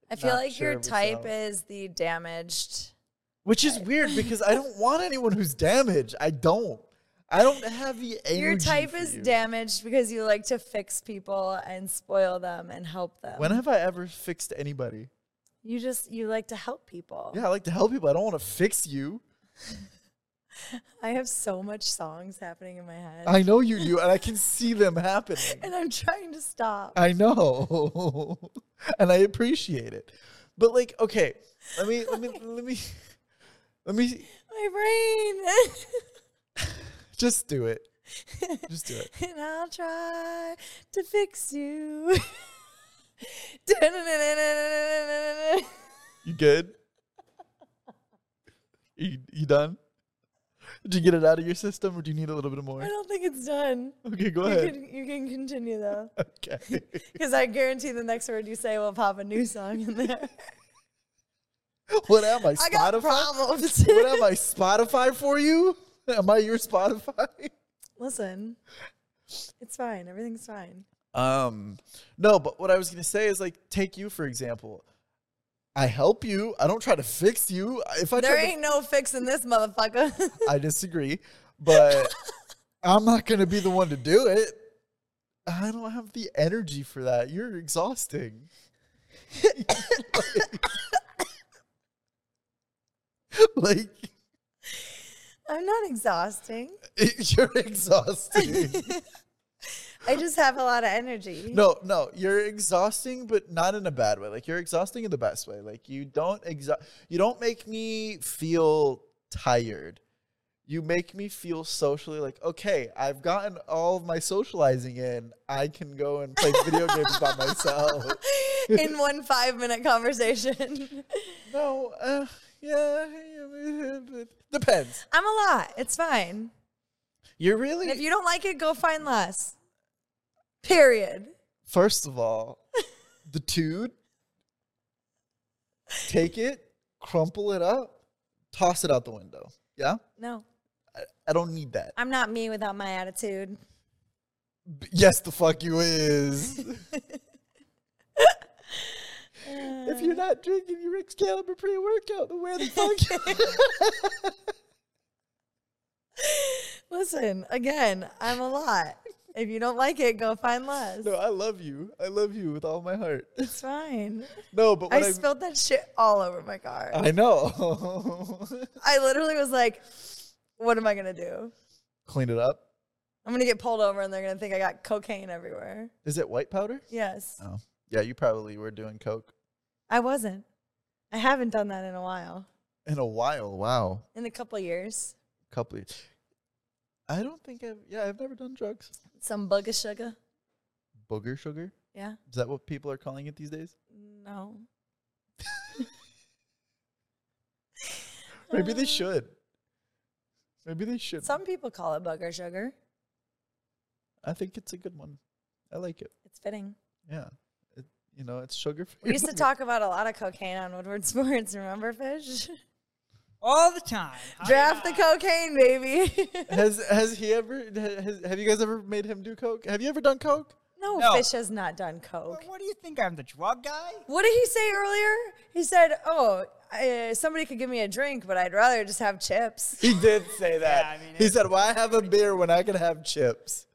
Speaker 2: I feel
Speaker 1: not
Speaker 2: like
Speaker 1: sure
Speaker 2: your
Speaker 1: of
Speaker 2: type
Speaker 1: yourself.
Speaker 2: is the damaged.
Speaker 1: which is weird because I don't want anyone who's damaged. I don't. I don't have the energy.
Speaker 2: Your type
Speaker 1: for
Speaker 2: is
Speaker 1: you.
Speaker 2: damaged because you like to fix people and spoil them and help them.
Speaker 1: When have I ever fixed anybody?
Speaker 2: you just you like to help people.
Speaker 1: Yeah, I like to help people. I don't want to fix you.
Speaker 2: I have so much songs happening in my head,
Speaker 1: I know you do, and I can see them happening.
Speaker 2: and I'm trying to stop.
Speaker 1: I know, and I appreciate it. But like, okay, let me let me let me let me
Speaker 2: my
Speaker 1: just do it. Just do it.
Speaker 2: brain, and I'll try to fix you.
Speaker 1: You good? You you done? Did you get it out of your system, or do you need a little bit
Speaker 2: I
Speaker 1: more?
Speaker 2: don't think it's done.
Speaker 1: Okay, go
Speaker 2: You
Speaker 1: ahead.
Speaker 2: can, you can continue though.
Speaker 1: Okay.
Speaker 2: Because I guarantee the next word you say will pop a new song in there.
Speaker 1: What am I?
Speaker 2: I got
Speaker 1: Spotify?
Speaker 2: problems.
Speaker 1: What am I? Spotify for you? Am I your Spotify?
Speaker 2: Listen, it's fine. Everything's fine.
Speaker 1: Um, no, but what I was gonna say is like, take you for example. I help you. I don't try to fix you. If I
Speaker 2: There
Speaker 1: try
Speaker 2: ain't no fixing this motherfucker.
Speaker 1: to, I disagree, but I'm not gonna be the one to do it. I don't have the energy for that. You're exhausting. like,
Speaker 2: I'm not exhausting.
Speaker 1: like you're exhausting.
Speaker 2: I just have a lot of energy.
Speaker 1: No, no, you're exhausting, but not in a bad way. Like you're exhausting in the best way. Like you don't exa- you don't make me feel tired. You make me feel socially like, okay, I've gotten all of my socializing in. I can go and play video games by myself.
Speaker 2: In one five minute conversation.
Speaker 1: No, uh, yeah, yeah, depends.
Speaker 2: I'm a lot. It's fine.
Speaker 1: You're
Speaker 2: And if
Speaker 1: really
Speaker 2: you don't like it, go find less. Period.
Speaker 1: first of all, the dude. Take it, crumple it up, toss it out the window. Yeah.
Speaker 2: No,
Speaker 1: I don't need that.
Speaker 2: I'm not me without my attitude.
Speaker 1: B- Yes, the fuck you is. if you're not drinking your Excalibur pre workout, then where the fuck?
Speaker 2: Listen, again, I'm a lot. If you don't like it, go find less.
Speaker 1: no, I love you. I love you with all my heart.
Speaker 2: It's fine.
Speaker 1: No, but
Speaker 2: I
Speaker 1: what I,
Speaker 2: spilled that shit all over my car.
Speaker 1: I know.
Speaker 2: I literally was like, what am I going to do?
Speaker 1: Clean it up.
Speaker 2: I'm going to get pulled over and they're going to think I got cocaine everywhere.
Speaker 1: Is it white powder?
Speaker 2: Yes.
Speaker 1: Oh, yeah. You probably were doing coke
Speaker 2: I wasn't. I haven't done that in a while,
Speaker 1: in a while. Wow,
Speaker 2: in a couple years.
Speaker 1: couple. Years. I don't think I've. Yeah, I've never done drugs.
Speaker 2: Some bug of sugar.
Speaker 1: Booger sugar.
Speaker 2: Yeah.
Speaker 1: Is that what people are calling it these days?
Speaker 2: No.
Speaker 1: Maybe they
Speaker 2: Uh,
Speaker 1: should. Maybe they should.
Speaker 2: Some people call it bugger sugar.
Speaker 1: I think it's a good one. I like it.
Speaker 2: It's fitting.
Speaker 1: Yeah. It, you know, it's sugar free.
Speaker 2: We used to talk about a lot of cocaine on Woodward Sports, remember, Fish?
Speaker 3: All the time. How do you
Speaker 2: Draft the
Speaker 3: not?
Speaker 2: cocaine, baby.
Speaker 1: Has has he ever ha- has, have you guys ever made him do coke? Have you ever done coke?
Speaker 2: no,
Speaker 3: No.
Speaker 2: Fish has not done
Speaker 3: Well,
Speaker 2: coke.
Speaker 3: What do you think? I'm the drug guy?
Speaker 2: What did he say earlier? He said, "Oh, I, somebody could give me a drink, but I'd rather just have chips."
Speaker 1: He did say that.
Speaker 3: I mean,
Speaker 1: he
Speaker 3: it-
Speaker 1: said, "Why have a beer when I can have chips?"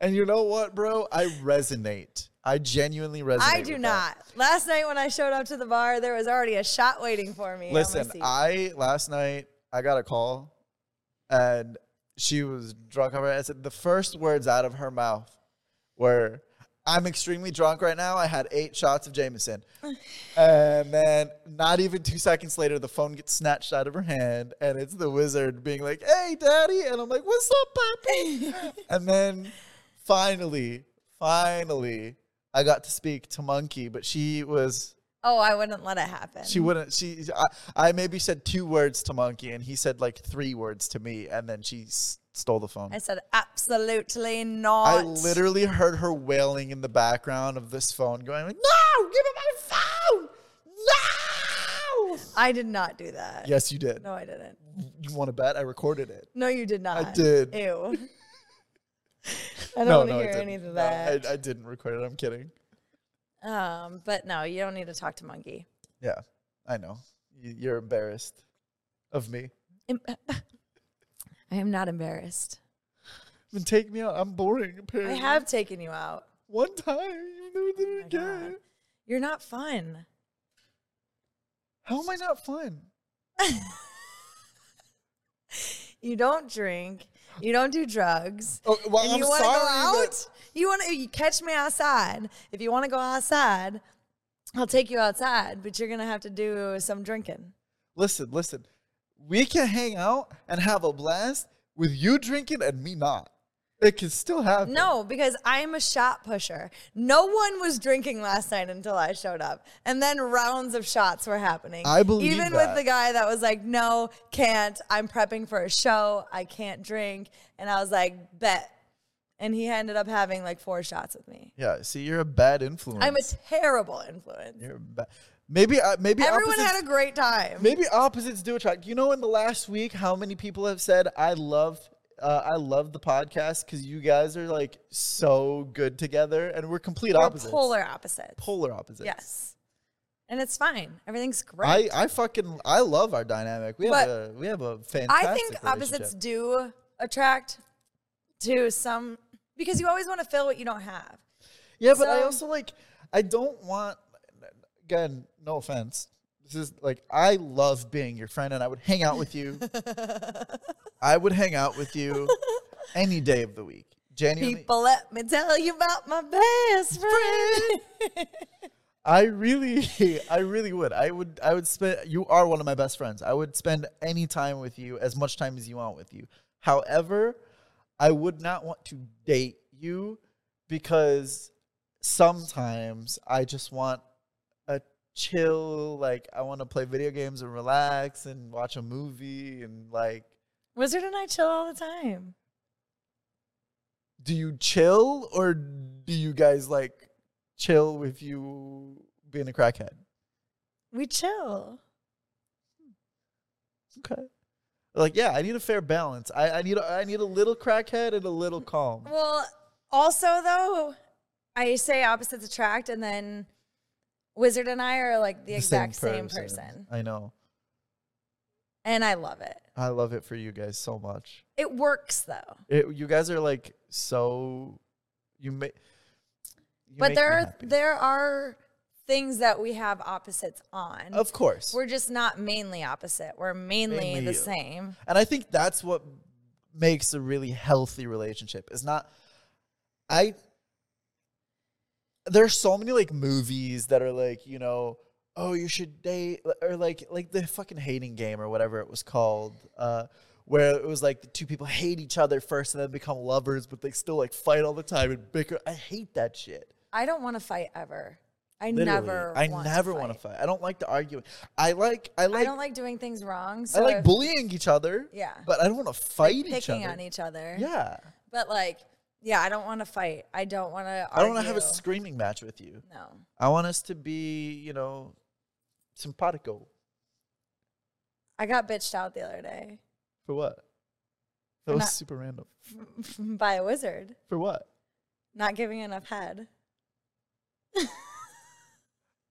Speaker 1: And you know what, bro? I resonate. I genuinely resonate.
Speaker 2: I do
Speaker 1: with that.
Speaker 2: not. Last night when I showed up to the bar, there was already a shot waiting for me. on my
Speaker 1: Listen,
Speaker 2: seat.
Speaker 1: I last night I got a call, and she was drunk. Over. I said the first words out of her mouth were, "I'm extremely drunk right now. I had eight shots of Jameson," and then not even two seconds later, the phone gets snatched out of her hand, and it's the wizard being like, "Hey, daddy," and I'm like, "What's up, poppy?" and then finally, finally, I got to speak to Monkey, but she was.
Speaker 2: oh, I wouldn't let it happen.
Speaker 1: She wouldn't. She. I, I maybe said two words to Monkey, and he said like three words to me, and then she s- stole the phone.
Speaker 2: I said, "Absolutely not."
Speaker 1: I literally heard her wailing in the background of this phone, going like, "No, give me my phone! No!"
Speaker 2: I did not do that.
Speaker 1: Yes, you did.
Speaker 2: No, I didn't.
Speaker 1: You want to bet? I recorded it.
Speaker 2: No, you did not.
Speaker 1: did.
Speaker 2: Ew. I don't
Speaker 1: no,
Speaker 2: want to
Speaker 1: no, I
Speaker 2: hear
Speaker 1: didn't.
Speaker 2: any of
Speaker 1: No,
Speaker 2: that.
Speaker 1: I, I didn't record it. I'm kidding.
Speaker 2: um, but no, you don't need to talk to Monkey.
Speaker 1: Yeah, I know. You, you're embarrassed of me.
Speaker 2: Em- I am not embarrassed.
Speaker 1: Then take me out. I'm boring.
Speaker 2: I
Speaker 1: Apparently,
Speaker 2: have taken you out.
Speaker 1: one time. You never did it
Speaker 2: Oh my God.
Speaker 1: again.
Speaker 2: You're not fun.
Speaker 1: How am I not fun?
Speaker 2: You don't drink. You don't do drugs.
Speaker 1: Oh, well,
Speaker 2: and
Speaker 1: I'm
Speaker 2: you wanna
Speaker 1: sorry.
Speaker 2: go
Speaker 1: that-
Speaker 2: out? You want to you catch me outside. If you want to go outside, I'll take you outside, but you're going to have to do some drinking.
Speaker 1: listen, listen. We can hang out and have a blast with you drinking and me not. It can still happen.
Speaker 2: No, because I am a shot pusher. No one was drinking last night until I showed up. And then rounds of shots were happening.
Speaker 1: I believe
Speaker 2: Even
Speaker 1: that.
Speaker 2: with the guy that was like, no, can't. I'm prepping for a show. I can't drink. And I was like, bet. And he ended up having like four shots with me.
Speaker 1: Yeah. See, you're a bad influence.
Speaker 2: I'm a terrible influence.
Speaker 1: You're a ba- maybe. Uh, maybe
Speaker 2: Everyone
Speaker 1: opposites,
Speaker 2: had a great time.
Speaker 1: maybe opposites do attract. You know, in the last week, how many people have said, "I love." Uh, I love the podcast because you guys are like so good together, and we're complete
Speaker 2: We're
Speaker 1: opposites.
Speaker 2: polar opposites.
Speaker 1: polar opposites.
Speaker 2: Yes. And it's fine. Everything's great.
Speaker 1: I, I fucking I love our dynamic. We have
Speaker 2: But
Speaker 1: a we have a fantastic.
Speaker 2: I think opposites
Speaker 1: relationship.
Speaker 2: do attract to some because you always want to fill what you don't have.
Speaker 1: Yeah, but I
Speaker 2: So-
Speaker 1: also like I don't want again, no offense. This is like I love being your friend and I would hang out with you. I would hang out with you any day of the week. Genuinely.
Speaker 2: People, let me tell you about my best friend.
Speaker 1: I really I really would. I would I would spend you are one of my best friends. I would spend any time with you, as much time as you want with you. However, I would not want to date you because sometimes I just want a chill, like I want to play video games and relax and watch a movie and like
Speaker 2: Wizard and I chill all the time.
Speaker 1: do you chill or do you guys like chill with you being a crackhead?
Speaker 2: We chill.
Speaker 1: Okay. Like, yeah, I need a fair balance. I, I need a, I need a little crackhead and a little calm.
Speaker 2: Well, also though, I say opposites attract, and then Wizard and I are like the,
Speaker 1: The
Speaker 2: exact same person.
Speaker 1: I know.
Speaker 2: and I love it.
Speaker 1: I love it for you guys so much.
Speaker 2: It works though.
Speaker 1: It, you guys are like so. You make.
Speaker 2: but there are there are things that we have opposites on.
Speaker 1: Of course.
Speaker 2: We're just not mainly opposite. We're mainly,
Speaker 1: Mainly-
Speaker 2: the same.
Speaker 1: And I think that's what makes a really healthy relationship. Is not I there's so many like movies that are like, you know, oh, you should date or like like the fucking hating game or whatever it was called. Uh where it was like the two people hate each other first and then become lovers, but they still like fight all the time and bicker. I hate that shit.
Speaker 2: I don't want to fight ever. I
Speaker 1: Literally.
Speaker 2: never.
Speaker 1: I
Speaker 2: want
Speaker 1: never
Speaker 2: to
Speaker 1: want
Speaker 2: fight.
Speaker 1: to fight. I don't like to argue. I like I like
Speaker 2: I
Speaker 1: I,
Speaker 2: don't like doing things wrong. So
Speaker 1: like
Speaker 2: if
Speaker 1: bullying each other.
Speaker 2: Yeah.
Speaker 1: But I don't want to fight each other.
Speaker 2: picking on each other.
Speaker 1: Yeah.
Speaker 2: But like, yeah, I don't want to fight. I don't want to.
Speaker 1: I don't want to have a screaming match with you.
Speaker 2: No.
Speaker 1: I want us to be, you know, simpatico.
Speaker 2: I got bitched out the other day
Speaker 1: For what?
Speaker 2: For
Speaker 1: That was
Speaker 2: not-
Speaker 1: super random.
Speaker 2: by a wizard
Speaker 1: For what?
Speaker 2: not giving enough head.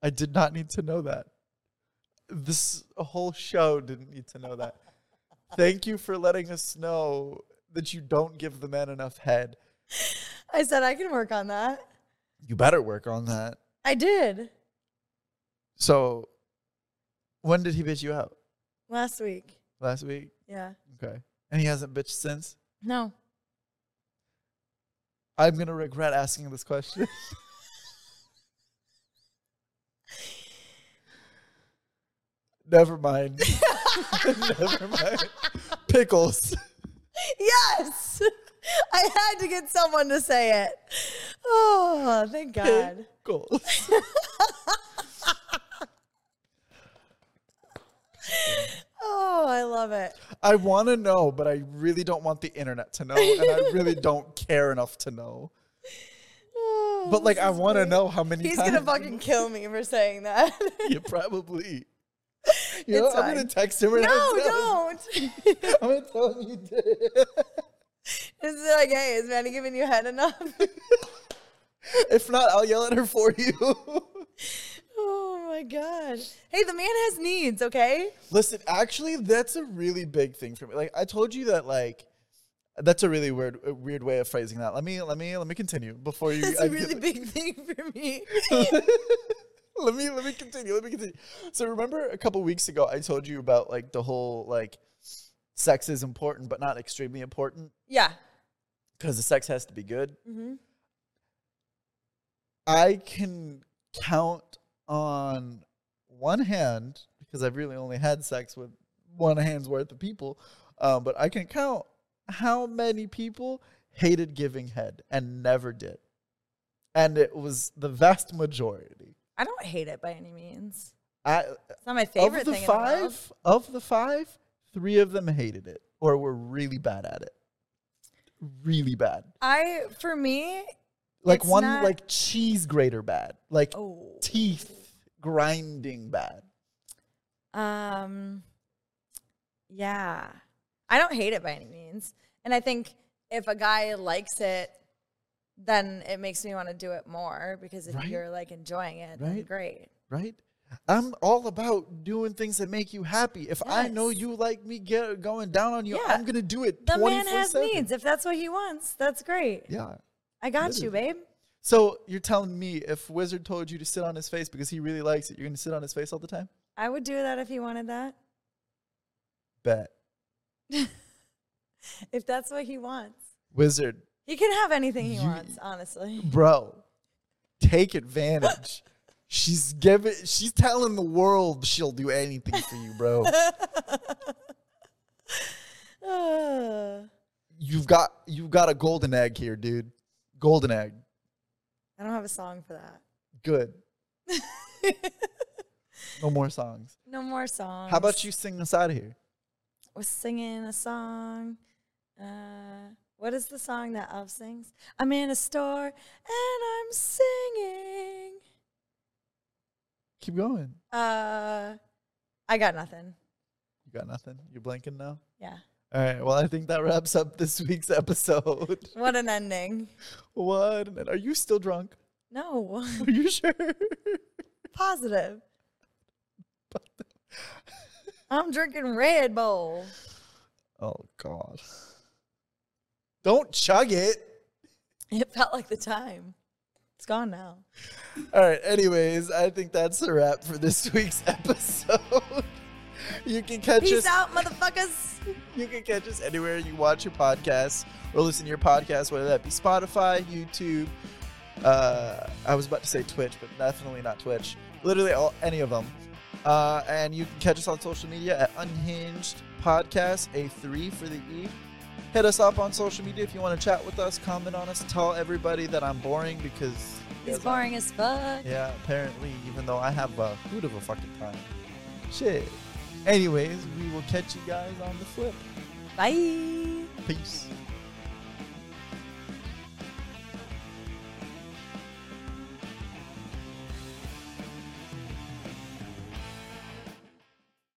Speaker 1: I did not need to know that. This whole show didn't need to know that. Thank you for letting us know that you don't give the man enough head.
Speaker 2: I said I can work on that.
Speaker 1: You better work on that.
Speaker 2: I did
Speaker 1: So, when did he bitch you out?
Speaker 2: last week.
Speaker 1: Last week?
Speaker 2: Yeah.
Speaker 1: Okay. And he hasn't bitched since?
Speaker 2: No.
Speaker 1: I'm going to regret asking this question. Never mind. Never mind. Pickles.
Speaker 2: Yes. I had to get someone to say it. Oh, thank God.
Speaker 1: Pickles.
Speaker 2: Oh, I love it.
Speaker 1: I want to know, but I really don't want the internet to know, and I really don't care enough to know.
Speaker 2: Oh,
Speaker 1: But like,
Speaker 2: this
Speaker 1: I
Speaker 2: is
Speaker 1: want to
Speaker 2: great.
Speaker 1: know how many.
Speaker 2: He's
Speaker 1: times
Speaker 2: gonna fucking kill me for saying that.
Speaker 1: you probably. You know,
Speaker 2: It's
Speaker 1: I'm gonna
Speaker 2: fine.
Speaker 1: text him. And
Speaker 2: no,
Speaker 1: I'm telling-
Speaker 2: don't. It's
Speaker 1: I'm gonna tell him you did.
Speaker 2: like, hey, is Maddie giving you head enough?
Speaker 1: If not, I'll yell at her for you.
Speaker 2: oh my God. Hey, the man has needs. Okay.
Speaker 1: Listen, actually, that's a really big thing for me. Like I told you that, like that's a really weird, a weird way of phrasing that. Let me, let me, let me continue before you.
Speaker 2: That's
Speaker 1: I
Speaker 2: a
Speaker 1: get-
Speaker 2: really big thing for me.
Speaker 1: let me, let me continue. Let me continue. So remember, a couple weeks ago, I told you about like the whole like sex is important, but not extremely important
Speaker 2: Yeah.
Speaker 1: because the sex has to be good.
Speaker 2: hmm
Speaker 1: I can count on one hand because I've really only had sex with one hand's worth of people, um, but I can count how many people hated giving head and never did. And it was the vast majority.
Speaker 2: I don't hate it by any means.
Speaker 1: I,
Speaker 2: It's not my
Speaker 1: of
Speaker 2: favorite
Speaker 1: the
Speaker 2: thing in the world.
Speaker 1: five, of the five, three of them hated it or were really bad at it. Really bad.
Speaker 2: I, for me,
Speaker 1: Like
Speaker 2: It's
Speaker 1: one,
Speaker 2: not-
Speaker 1: like cheese grater bad. Like
Speaker 2: oh,
Speaker 1: teeth grinding bad.
Speaker 2: um, yeah, I don't hate it by any means, and I think if a guy likes it, then it makes me want to do it more because if
Speaker 1: Right.
Speaker 2: you're like enjoying it, then
Speaker 1: Right.
Speaker 2: great.
Speaker 1: right? I'm all about doing things that make you happy. If I know
Speaker 2: Yes.
Speaker 1: you like me get, going down on you,
Speaker 2: Yeah.
Speaker 1: I'm gonna do it.
Speaker 2: The man has
Speaker 1: 24/7.
Speaker 2: needs. If that's what he wants, that's great.
Speaker 1: Yeah.
Speaker 2: I got you, babe.
Speaker 1: So you're telling me if Wizard told you to sit on his face because he really likes it, you're gonna sit on his face all the time?
Speaker 2: I would do that if he wanted that.
Speaker 1: Bet.
Speaker 2: If that's what he wants,
Speaker 1: Wizard,
Speaker 2: he can have anything he
Speaker 1: You-
Speaker 2: wants. Honestly.
Speaker 1: bro, take advantage. she's giving. She's telling the world she'll do anything for you, bro.
Speaker 2: Uh,
Speaker 1: you've got you've got a golden egg here, dude. Golden egg.
Speaker 2: I don't have a song for that.
Speaker 1: Good. no more songs.
Speaker 2: No more songs.
Speaker 1: How about you sing us out of here?
Speaker 2: Was singing a song. Uh, what is the song that Elf sings? I'm in a store and I'm singing.
Speaker 1: Keep going.
Speaker 2: Uh, I got nothing.
Speaker 1: You got nothing? You're blanking now?
Speaker 2: Yeah.
Speaker 1: All right. Well, I think that wraps up this week's episode.
Speaker 2: What an ending.
Speaker 1: what? Are you still drunk?
Speaker 2: No.
Speaker 1: Are you sure?
Speaker 2: Positive. I'm drinking Red Bull.
Speaker 1: Oh God. Don't chug it.
Speaker 2: It felt like the time. It's gone now.
Speaker 1: All right. Anyways, I think that's a wrap for this week's episode. you can catch
Speaker 2: Peace
Speaker 1: us.
Speaker 2: out, motherfuckers.
Speaker 1: You can catch us anywhere you watch your podcasts or listen to your podcast, whether that be Spotify, YouTube. Uh, I was about to say Twitch, but definitely not Twitch. Literally all, any of them. Uh, and you can catch us on social media at Unhinged Podcast, A3 for the E. Hit us up on social media if you want to chat with us, comment on us, tell everybody that I'm boring because.
Speaker 2: He's
Speaker 1: Yes,
Speaker 2: boring as fuck.
Speaker 1: yeah, apparently, even though I have a hoot of a fucking time. Shit. Anyways, we will catch you guys on the flip.
Speaker 2: Bye.
Speaker 1: Peace.